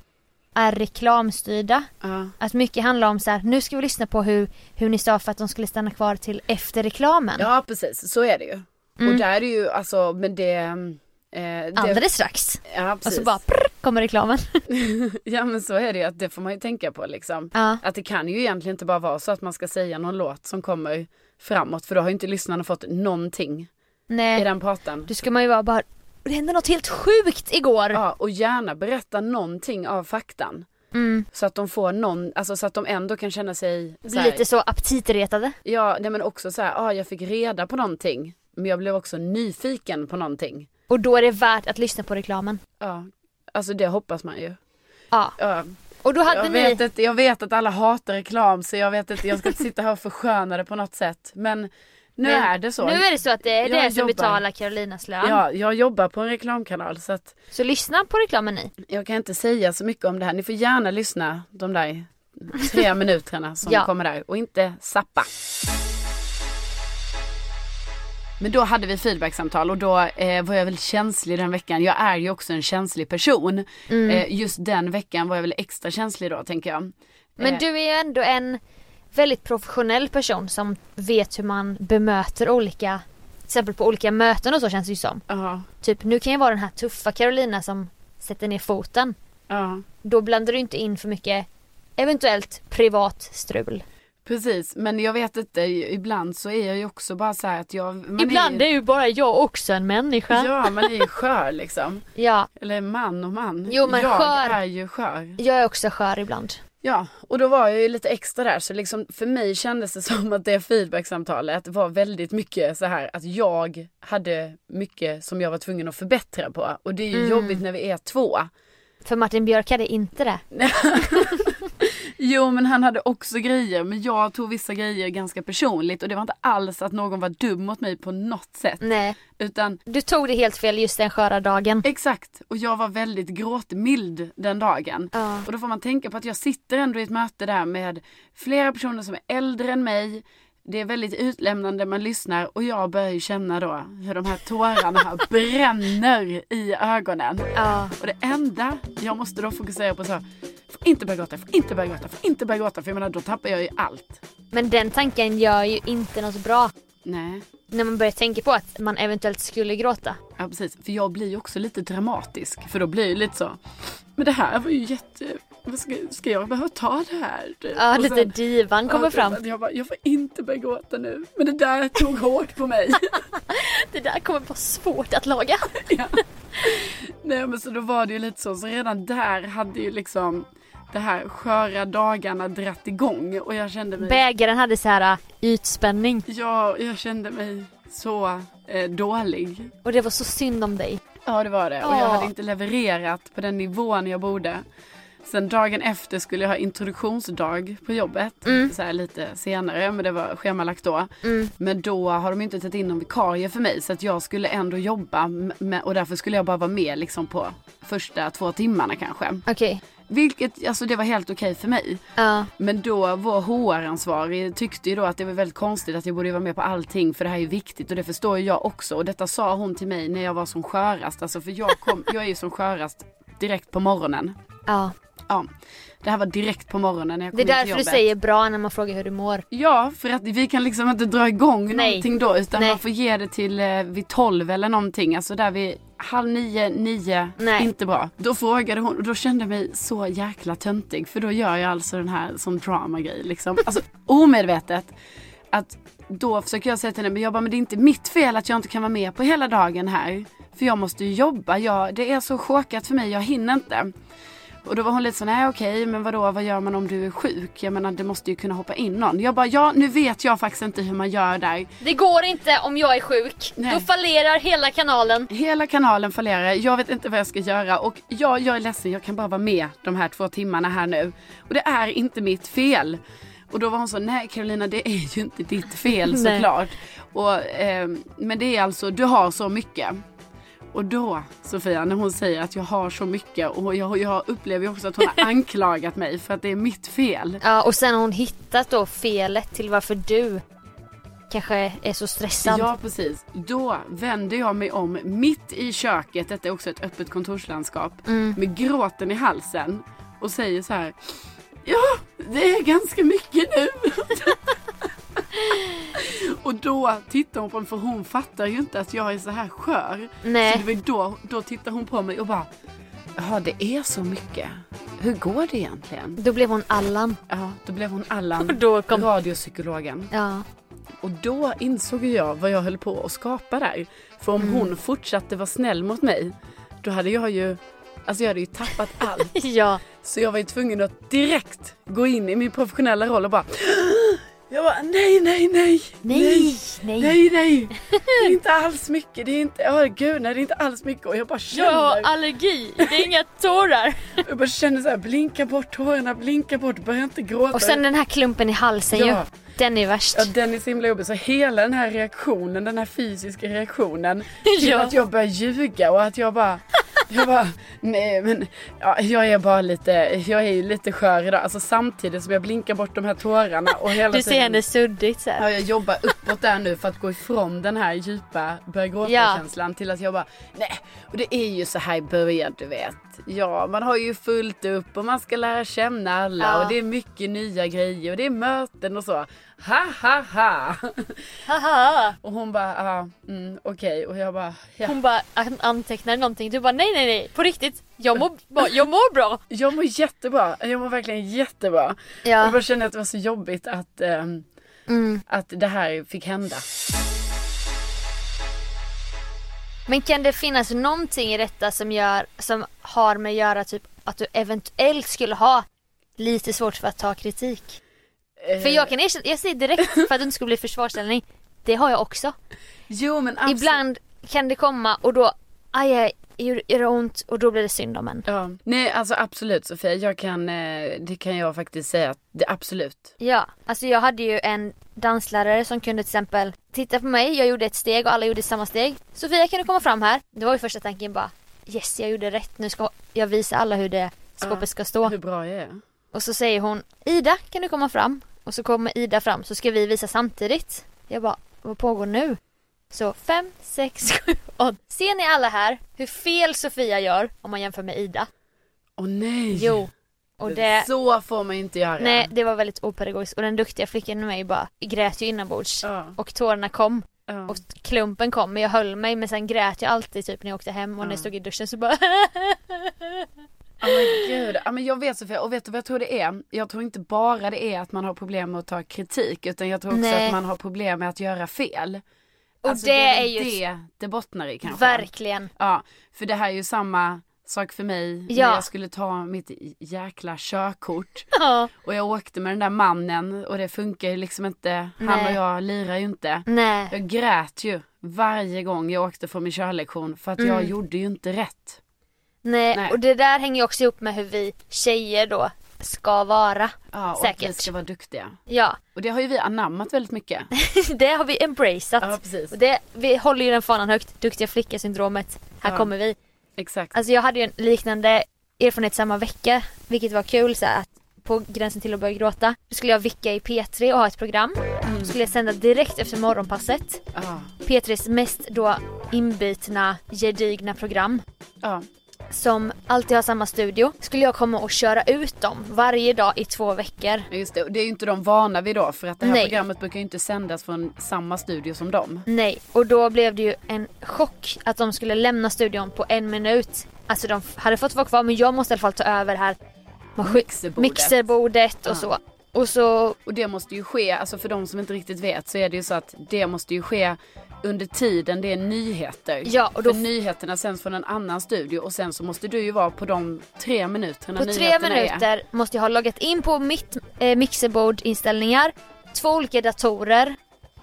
Speaker 1: är reklamstyrda
Speaker 2: Ja.
Speaker 1: Att mycket handlar om så här, nu ska vi lyssna på hur, hur ni sa för att de skulle stanna kvar till efter reklamen.
Speaker 2: ja precis, så är det ju. Och där är ju alltså men det. Eh, det
Speaker 1: Mm. Alldeles strax.
Speaker 2: ja,
Speaker 1: Och
Speaker 2: precis.
Speaker 1: så bara prr, kommer reklamen.
Speaker 2: Ja men så är det ju att det får man ju tänka på liksom.
Speaker 1: Ja.
Speaker 2: Att det kan ju egentligen inte bara vara så att man ska säga någon låt som kommer framåt för då har ju inte lyssnarna fått någonting i
Speaker 1: Nej,
Speaker 2: den pratan.
Speaker 1: då ska man ju vara bara, det hände något helt sjukt igår.
Speaker 2: Ja, och gärna berätta någonting av faktan. Så att de får någon, alltså så att de ändå kan känna sig så
Speaker 1: Mm. Blir
Speaker 2: här,
Speaker 1: lite så aptitretade.
Speaker 2: Ja, nej men också så här, ja jag fick reda på någonting. Men jag blev också nyfiken på någonting.
Speaker 1: Och då är det värt att lyssna på reklamen.
Speaker 2: Ja, alltså det hoppas man ju.
Speaker 1: Ja,
Speaker 2: Ja,
Speaker 1: och då hade
Speaker 2: jag,
Speaker 1: ni,
Speaker 2: vet att, jag vet att alla hatar reklam så jag vet inte, jag ska inte sitta här och försköna det på något sätt. Men nu
Speaker 1: Men
Speaker 2: är det så.
Speaker 1: nu är det så att det är
Speaker 2: Jag
Speaker 1: det som
Speaker 2: jobbar.
Speaker 1: betalar Carolinas lön.
Speaker 2: Ja, jag jobbar på en reklamkanal så att
Speaker 1: Så lyssna på reklamen ni.
Speaker 2: jag kan inte säga så mycket om det här. Ni får gärna lyssna de där tre minuterna som
Speaker 1: Ja.
Speaker 2: kommer där och inte sappa. Men då hade vi feedbacksamtal och då eh, var jag väl känslig den veckan. Jag är ju också en känslig person.
Speaker 1: Mm.
Speaker 2: Eh, just den veckan var jag väl extra känslig då tänker jag.
Speaker 1: Men
Speaker 2: Eh.
Speaker 1: du är ju ändå en väldigt professionell person som vet hur man bemöter olika, till exempel på olika möten och så känns det ju som.
Speaker 2: Ja,
Speaker 1: Typ nu kan jag vara den här tuffa Carolina som sätter ner foten.
Speaker 2: ja.
Speaker 1: Då blandar du inte in för mycket eventuellt privat strul.
Speaker 2: Precis, men jag vet inte, ibland så är jag ju också bara så här att jag... man
Speaker 1: Ibland är
Speaker 2: ju...
Speaker 1: ju bara jag också en människa. Ja,
Speaker 2: Ja, man är ju skör liksom. Eller man och man.
Speaker 1: Jo, men
Speaker 2: jag
Speaker 1: skör.
Speaker 2: är ju skör.
Speaker 1: jag är också skör ibland.
Speaker 2: Ja, och då var jag ju lite extra där så liksom för mig kändes det som att det feedbacksamtalet var väldigt mycket så här att jag hade mycket som jag var tvungen att förbättra på och det är ju jobbigt när vi är två.
Speaker 1: För Martin Björk hade inte det.
Speaker 2: Jo men han hade också grejer men jag tog vissa grejer ganska personligt och det var inte alls att någon var dum mot mig på något sätt
Speaker 1: Nej.
Speaker 2: utan
Speaker 1: Du tog det helt fel just den sköra dagen.
Speaker 2: Exakt, och jag var väldigt gråtmild den dagen.
Speaker 1: Ja.
Speaker 2: Och då får man tänka på att jag sitter ändå i ett möte där med flera personer som är äldre än mig. Det är väldigt utlämnande, man lyssnar och jag börjar ju känna då hur de här tårarna här bränner i ögonen.
Speaker 1: Ja.
Speaker 2: Och det enda jag måste då fokusera på så här, får inte börja gråta, får inte börja gråta, får inte börja gråta. För jag menar, då tappar jag ju allt.
Speaker 1: Men den tanken gör ju inte något bra.
Speaker 2: Nej,
Speaker 1: När man börjar tänka på att man eventuellt skulle gråta.
Speaker 2: ja precis. För jag blir ju också lite dramatisk. För då blir jag ju lite så, men det här var ju jätte... vad ska, ska jag behöva ta det här? typ?
Speaker 1: Ja,
Speaker 2: Och
Speaker 1: lite
Speaker 2: sen-
Speaker 1: divan kommer
Speaker 2: Ja,
Speaker 1: fram.
Speaker 2: typ, Jag, bara, jag får inte börja gråta nu. Men det där tog hårt på mig.
Speaker 1: Det där kommer vara svårt att laga.
Speaker 2: Nej men så då var det ju lite så, så redan där hade ju liksom det här sköra dagarna dratt igång och jag kände mig,
Speaker 1: Bägaren hade så här äh, ytspänning
Speaker 2: ja, jag kände mig så eh, dålig.
Speaker 1: och det var så synd om dig.
Speaker 2: Ja det var det och jag
Speaker 1: Ja.
Speaker 2: hade inte levererat på den nivån jag borde. Sen dagen efter skulle jag ha introduktionsdag på jobbet, så här lite senare men det var schemalagt då. Men då har de inte tagit in någon vikarie för mig så att jag skulle ändå jobba m- med, och därför skulle jag bara vara med liksom på första två timmarna kanske.
Speaker 1: Okej.
Speaker 2: Vilket, alltså det var helt okej för mig.
Speaker 1: Ja.
Speaker 2: Men då vår HR-ansvarig tyckte ju då att det var väldigt konstigt att jag borde vara med på allting för det här är ju viktigt och det förstår ju jag också. Och detta sa hon till mig när jag var som skörast. Alltså för jag, kom, jag är ju som skörast direkt på morgonen.
Speaker 1: ja.
Speaker 2: Ja, det här var direkt på morgonen när jag kom
Speaker 1: Det är
Speaker 2: in till
Speaker 1: därför du
Speaker 2: jobbet.
Speaker 1: säger bra när man frågar hur du mår.
Speaker 2: Ja, för att vi kan liksom inte dra igång
Speaker 1: Nej.
Speaker 2: någonting då utan
Speaker 1: Nej.
Speaker 2: man får ge det till eh, vid tolv eller någonting. Alltså där vid halv nio, nio,
Speaker 1: Nej.
Speaker 2: inte bra. Då frågade hon och då kände jag mig så jäkla töntig för då gör jag alltså den här som drama-grej liksom. Alltså omedvetet. Att då försöker jag säga till henne, men jag bara, men det är inte mitt fel att jag inte kan vara med på hela dagen här. För jag måste ju jobba, jag, det är så chockat för mig, jag hinner inte. Och då var hon lite så nej okej men vadå vad gör man om du är sjuk? Jag menar det måste ju kunna hoppa in någon. Jag bara ja nu vet jag faktiskt inte hur man gör där.
Speaker 1: Det går inte om jag är sjuk.
Speaker 2: Nej.
Speaker 1: Då fallerar hela kanalen.
Speaker 2: Hela kanalen fallerar, jag vet inte vad jag ska göra och ja, jag är ledsen, jag kan bara vara med de här två timmarna här nu. Och det är inte mitt fel. Och då var hon så, nej Carolina det är ju inte ditt fel
Speaker 1: Nej.
Speaker 2: såklart. Och, ehm, men det är alltså, du har så mycket. Och då Sofia, när hon säger att jag har så mycket och jag, jag upplever ju också att hon har anklagat mig för att det är mitt fel.
Speaker 1: Ja, och sen har hon hittat då felet till varför du kanske är så stressad.
Speaker 2: Ja precis. Då vände jag mig om mitt i köket, detta är också ett öppet kontorslandskap,
Speaker 1: Mm.
Speaker 2: med gråten i halsen och säger så här. Ja, det är ganska mycket nu. och då tittar hon på mig för hon fattar ju inte att jag är så här skör.
Speaker 1: Nej.
Speaker 2: Så det var ju då, då tittar hon på mig och bara Jaha det är så mycket. Hur går det egentligen?
Speaker 1: Då blev hon Allan.
Speaker 2: Ja, då blev hon Allan,
Speaker 1: Och då kom-
Speaker 2: radiopsykologen.
Speaker 1: Ja.
Speaker 2: Och då insåg ju jag vad jag höll på att skapa där. För
Speaker 1: Mm.
Speaker 2: om hon fortsatte vara snäll mot mig, då hade jag ju, alltså jag hade ju tappat allt.
Speaker 1: Ja.
Speaker 2: Så jag var ju tvungen att direkt gå in i min professionella roll och bara jag bara nej, nej, nej,
Speaker 1: Nej, nej.
Speaker 2: nej, nej. Det är inte alls mycket, det är inte, åh gud, nej, det är inte alls mycket. Och jag bara känner,
Speaker 1: allergi. Det är inga tårar.
Speaker 2: jag bara känner så här, blinka bort tårarna, blinka bort, börja inte gråta.
Speaker 1: Och sen den här klumpen i halsen ju.
Speaker 2: Ja.
Speaker 1: Den är värst.
Speaker 2: Ja den är så himla jobbig så hela den här reaktionen, den här fysiska reaktionen till
Speaker 1: Ja.
Speaker 2: att jag börjar ljuga och att jag bara jag bara, nej men ja, jag är bara lite, jag är ju lite skör idag. Alltså samtidigt som jag blinkar bort de här tårarna och hela
Speaker 1: Du ser
Speaker 2: tiden-
Speaker 1: henne suddigt så
Speaker 2: Ja,
Speaker 1: här.
Speaker 2: jag jobbar uppåt där nu för att gå ifrån den här djupa börja
Speaker 1: Ja.
Speaker 2: gråta-känslan till att jag bara nej. Och det är ju så här i början du vet. Ja, man har ju fullt upp och man ska lära känna alla
Speaker 1: Ja.
Speaker 2: och det är mycket nya grejer och det är möten och så. Ha ha ha.
Speaker 1: Haha.
Speaker 2: Och hon bara ja, mm, okej och jag bara ja.
Speaker 1: Hon bara an- antecknar någonting. Du bara nej nej nej. På riktigt. Jag mår, ba- jag mår bra.
Speaker 2: Jag mår jättebra. Jag mår verkligen jättebra.
Speaker 1: Ja. Mm.
Speaker 2: Jag bara kände att det var så jobbigt att, ehm, att det här fick hända.
Speaker 1: Men kan det finnas någonting i detta som, gör, som har med att göra typ att du eventuellt skulle ha lite svårt för att ta kritik? För jag kan erkänna, jag säger direkt för att du inte skulle bli i försvarsställning. Det har jag också.
Speaker 2: Eh, Jo men absolut.
Speaker 1: Ibland kan det komma och då, aj, aj gör, gör det ont och då blir det synd om en.
Speaker 2: Ja. Nej, alltså absolut Sofia. Jag kan, eh, det kan jag faktiskt säga att det absolut.
Speaker 1: Ja, alltså jag hade ju en danslärare som kunde till exempel titta på mig, jag gjorde ett steg och alla gjorde samma steg. Sofia kan du komma fram här? Det var ju första tanken bara yes jag gjorde rätt, nu ska jag visa alla hur det skåpet ska stå.
Speaker 2: Hur bra jag är.
Speaker 1: Och så säger hon Ida kan du komma fram? Och så kommer Ida fram så ska vi visa samtidigt. Jag bara vad pågår nu? Så fem, sex, sju, åtta. Ser ni alla här hur fel Sofia gör om man jämför med Ida?
Speaker 2: Åh nej.
Speaker 1: Jo. Och det,
Speaker 2: Så får man ju inte göra.
Speaker 1: nej det var väldigt opedagogiskt och den duktiga flickan i mig bara grät ju inombords.
Speaker 2: Ja.
Speaker 1: Och tårarna kom
Speaker 2: Ja.
Speaker 1: och klumpen kom men jag höll mig men sen grät jag alltid typ när jag åkte hem och när jag stod i duschen så bara
Speaker 2: Ja men gud, ja, men jag vet Sofia, och vet du vad jag tror det är? Jag tror inte bara det är att man har problem med att ta kritik utan jag tror också
Speaker 1: Nej.
Speaker 2: att man har problem med att göra fel.
Speaker 1: Och
Speaker 2: Alltså,
Speaker 1: det, är
Speaker 2: väl
Speaker 1: ju
Speaker 2: det det bottnar i kanske.
Speaker 1: verkligen.
Speaker 2: Ja, för det här är ju samma sak för mig
Speaker 1: Ja.
Speaker 2: när jag skulle ta mitt jäkla körkort
Speaker 1: Ja.
Speaker 2: och jag åkte med den där mannen och det funkar ju liksom inte. Han
Speaker 1: Nej.
Speaker 2: och jag lirar ju inte.
Speaker 1: Nej.
Speaker 2: Jag grät ju varje gång jag åkte från min körlektion för att
Speaker 1: Mm.
Speaker 2: jag gjorde ju inte rätt.
Speaker 1: Nej.
Speaker 2: Nej.
Speaker 1: Och det där hänger ju också ihop med hur vi tjejer då ska vara.
Speaker 2: Ja, och att vi
Speaker 1: Säkert.
Speaker 2: ska vara duktiga.
Speaker 1: Ja.
Speaker 2: Och det har ju vi anammat väldigt mycket.
Speaker 1: Det har vi embraceat.
Speaker 2: Ja, precis.
Speaker 1: Och det, vi håller ju den fanan högt. Duktiga flicka-syndromet. Här
Speaker 2: Ja.
Speaker 1: kommer vi.
Speaker 2: Exakt.
Speaker 1: Alltså jag hade ju en liknande erfarenhet samma vecka, vilket var kul så här, att på gränsen till att börja gråta. Då skulle jag vicka i P3 och ha ett program. Då skulle jag sända direkt efter morgonpasset.
Speaker 2: Ja.
Speaker 1: P3s mest då inbitna, gedigna program
Speaker 2: Ja.
Speaker 1: som alltid har samma studio. Skulle jag komma och köra ut dem varje dag i två veckor.
Speaker 2: Ja, Just det, och det är ju inte de vana vid då för att det här
Speaker 1: Nej.
Speaker 2: programmet brukar ju inte sändas från samma studio som dem.
Speaker 1: Nej, och då blev det ju en chock att de skulle lämna studion på en minut. Alltså de f- hade fått vara kvar men jag måste i alla fall ta över här maskin-
Speaker 2: Mixerbordet.
Speaker 1: mixerbordet och så. Och så
Speaker 2: Och det måste ju ske, alltså för de som inte riktigt vet så är det ju så att det måste ju ske under tiden det är nyheter.
Speaker 1: Ja, och då-
Speaker 2: För nyheterna sänds från en annan studio och sen så måste du ju vara på de tre minuterna
Speaker 1: på tre
Speaker 2: nyheterna Är.
Speaker 1: minuter måste jag ha loggat in på mitt eh, mixerbordinställningar, två olika datorer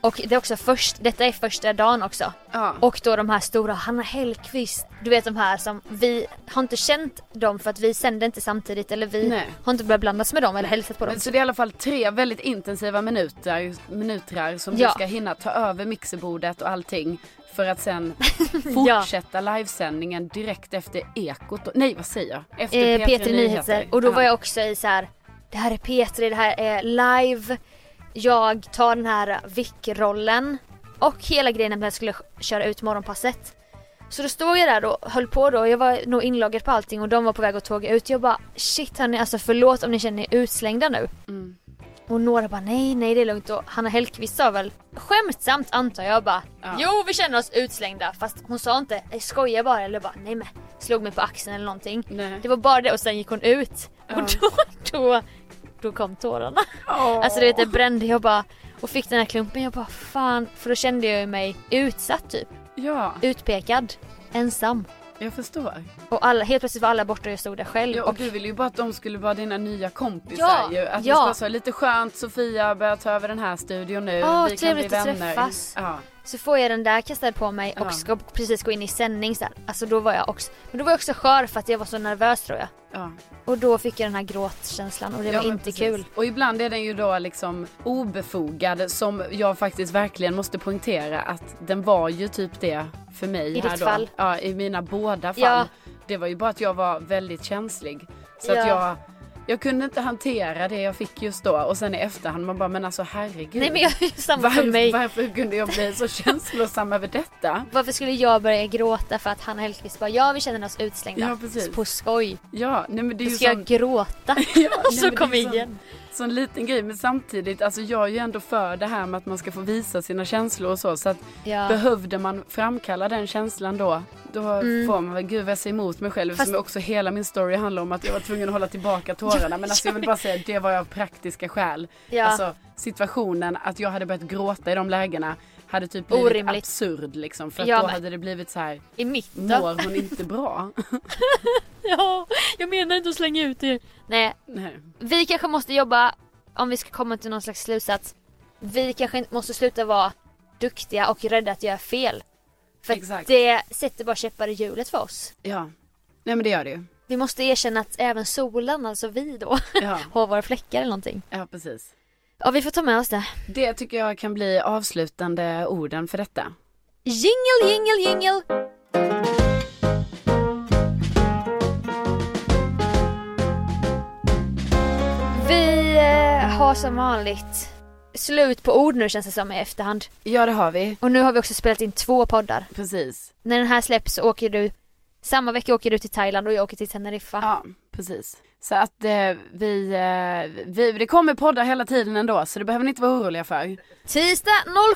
Speaker 1: och det är också först, detta är första dagen också.
Speaker 2: Ja.
Speaker 1: Och då de här stora, Hanna Hellquist, du vet de här som vi har inte känt dem för att vi sände inte samtidigt eller vi
Speaker 2: Nej.
Speaker 1: har inte börjat blandas med dem eller hälsat på dem.
Speaker 2: Men så det är i alla fall tre väldigt intensiva minuter, minuter som
Speaker 1: Ja.
Speaker 2: du ska hinna ta över mixerbordet och allting för att sen fortsätta livesändningen direkt efter Ekot. Nej vad säger jag? Efter
Speaker 1: eh, P3 Nyheter och då var jag också i så här. det här är P3, det här är live, jag tar den här Vic-rollen och hela grejen med att jag skulle köra ut morgonpasset. Så då stod jag där och höll på då och jag var nog inloggad på allting och de var på väg att tåga ut. Jag bara shit hörni alltså förlåt om ni känner er utslängda nu. Och några bara nej nej det är lugnt och Hanna Hellquist sa väl skämtsamt antar jag bara jo vi känner oss utslängda fast hon sa inte jag skojar bara eller bara nej men slog mig på axeln eller någonting.
Speaker 2: Nej.
Speaker 1: Det var bara det och sen gick hon ut och då, då, då kom tårarna. Alltså du vet det brände jag bara och fick den här klumpen jag bara fan för då kände jag ju mig utsatt typ
Speaker 2: Ja,
Speaker 1: utpekad, ensam.
Speaker 2: jag förstår.
Speaker 1: Och alla, helt plötsligt var alla borta och jag stod där själv.
Speaker 2: Ja, och du ville ju bara att de skulle vara dina nya kompisar
Speaker 1: Ja,
Speaker 2: ju. Att
Speaker 1: ja.
Speaker 2: det ska vara lite skönt, Sofia börjar ta över den här studion nu.
Speaker 1: Ja,
Speaker 2: vi kan bli
Speaker 1: trevligt att
Speaker 2: vänner.
Speaker 1: träffas.
Speaker 2: Ja.
Speaker 1: Så får jag den där kastad på mig och
Speaker 2: Ja.
Speaker 1: ska precis gå in i sändning sen. Alltså då var jag också, men då var jag också skör för att jag var så nervös tror jag.
Speaker 2: Ja.
Speaker 1: Och då fick jag den här gråtkänslan och det
Speaker 2: Ja,
Speaker 1: var
Speaker 2: men
Speaker 1: inte
Speaker 2: precis.
Speaker 1: kul.
Speaker 2: Och ibland är den ju då liksom obefogad som jag faktiskt verkligen måste poängtera att den var ju typ det för mig.
Speaker 1: I
Speaker 2: här
Speaker 1: ditt
Speaker 2: då.
Speaker 1: fall.
Speaker 2: Ja, i mina båda fall.
Speaker 1: Ja.
Speaker 2: Det var ju bara att jag var väldigt känslig. Så
Speaker 1: Ja.
Speaker 2: att jag, jag kunde inte hantera det jag fick just då och sen i efterhand man bara men alltså herregud.
Speaker 1: Nej men jag, samma för
Speaker 2: varför,
Speaker 1: mig.
Speaker 2: varför kunde jag bli så känslosam över detta?
Speaker 1: Varför skulle jag börja gråta för att Hanna Hellquist bara ja vi känner oss utslängda
Speaker 2: Ja, precis.
Speaker 1: på skoj.
Speaker 2: Ja, nej men det är
Speaker 1: Då
Speaker 2: ju
Speaker 1: ska jag
Speaker 2: sån-
Speaker 1: gråta.
Speaker 2: Ja,
Speaker 1: och
Speaker 2: nej,
Speaker 1: så
Speaker 2: men det
Speaker 1: kom
Speaker 2: är ju sån-
Speaker 1: igen.
Speaker 2: Sån liten grej men samtidigt, alltså jag är ju ändå för det här med att man ska få visa sina känslor och så så att
Speaker 1: Ja.
Speaker 2: behövde man framkalla den känslan då då får man väl, gud vad jag säger emot mig själv
Speaker 1: Mm. Fast-
Speaker 2: som också hela min story handlar om att jag var tvungen att hålla tillbaka tårarna men alltså jag vill bara säga det var ju av praktiska skäl.
Speaker 1: Ja.
Speaker 2: Alltså situationen att jag hade börjat gråta i de lägena hade typ blivit
Speaker 1: Orimligt.
Speaker 2: absurd liksom för att
Speaker 1: Ja,
Speaker 2: då
Speaker 1: men-
Speaker 2: hade det blivit så här
Speaker 1: I mitten.
Speaker 2: mår hon inte bra?
Speaker 1: Ja, jag menar inte att slänga ut er. Nej,
Speaker 2: Nej.
Speaker 1: vi kanske måste jobba, om vi ska komma till någon slags slutsats, vi kanske inte måste sluta vara duktiga och rädda att göra fel. För
Speaker 2: Exakt.
Speaker 1: det sätter bara käppar i hjulet för oss.
Speaker 2: Ja. Nej men det gör det ju.
Speaker 1: Vi måste erkänna att även solen, alltså vi då,
Speaker 2: Ja.
Speaker 1: har våra fläckar eller någonting.
Speaker 2: Ja precis.
Speaker 1: Ja, vi får ta med oss det.
Speaker 2: Det tycker jag kan bli avslutande orden för detta.
Speaker 1: Jingle, jingle, jingle! Vi eh, har som vanligt slut på ord nu känns det som i efterhand.
Speaker 2: Ja, det har vi.
Speaker 1: Och nu har vi också spelat in två poddar.
Speaker 2: Precis.
Speaker 1: När den här släpps så åker du, samma vecka åker du till Thailand och jag åker till Teneriffa.
Speaker 2: Ja, precis. Så att eh, vi, eh, vi, det kommer poddar hela tiden ändå så det behöver ni inte vara oroliga för.
Speaker 1: Tisdag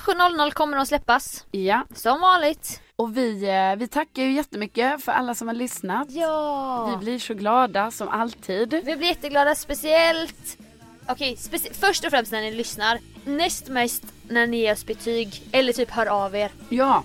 Speaker 1: 07.00 kommer de släppas.
Speaker 2: Ja,
Speaker 1: Som vanligt.
Speaker 2: Och vi, eh, vi tackar ju jättemycket för alla som har lyssnat. Vi
Speaker 1: Ja!
Speaker 2: blir så glada som alltid.
Speaker 1: Vi blir jätteglada, speciellt... Okej, speci- först och främst när ni lyssnar. Näst mest när ni ger oss betyg, eller typ hör av er.
Speaker 2: Ja,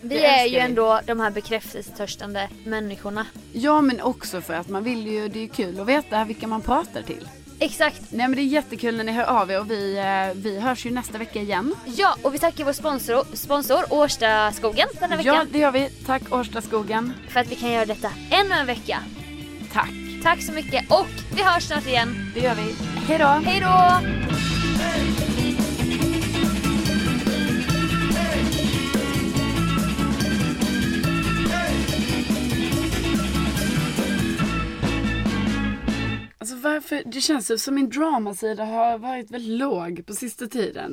Speaker 1: Vi
Speaker 2: Det
Speaker 1: är
Speaker 2: älskar
Speaker 1: ju
Speaker 2: vi.
Speaker 1: ändå de här bekräftelsetörstande människorna.
Speaker 2: ja men också för att man vill ju, det är ju kul att veta vilka man pratar till.
Speaker 1: Exakt.
Speaker 2: Nej men det är jättekul när ni hör av er och vi, eh, vi hörs ju nästa vecka igen.
Speaker 1: Ja, och vi tackar vår sponsor, sponsor Årstaskogen den här
Speaker 2: Ja
Speaker 1: veckan.
Speaker 2: det gör vi. Tack Årstaskogen.
Speaker 1: För att vi kan göra detta ännu en vecka.
Speaker 2: Tack.
Speaker 1: Tack så mycket och vi hörs snart igen.
Speaker 2: Det gör vi. Hej då.
Speaker 1: Hej då!
Speaker 2: Alltså varför, det känns ju som min dramasida har varit väldigt låg på sista tiden.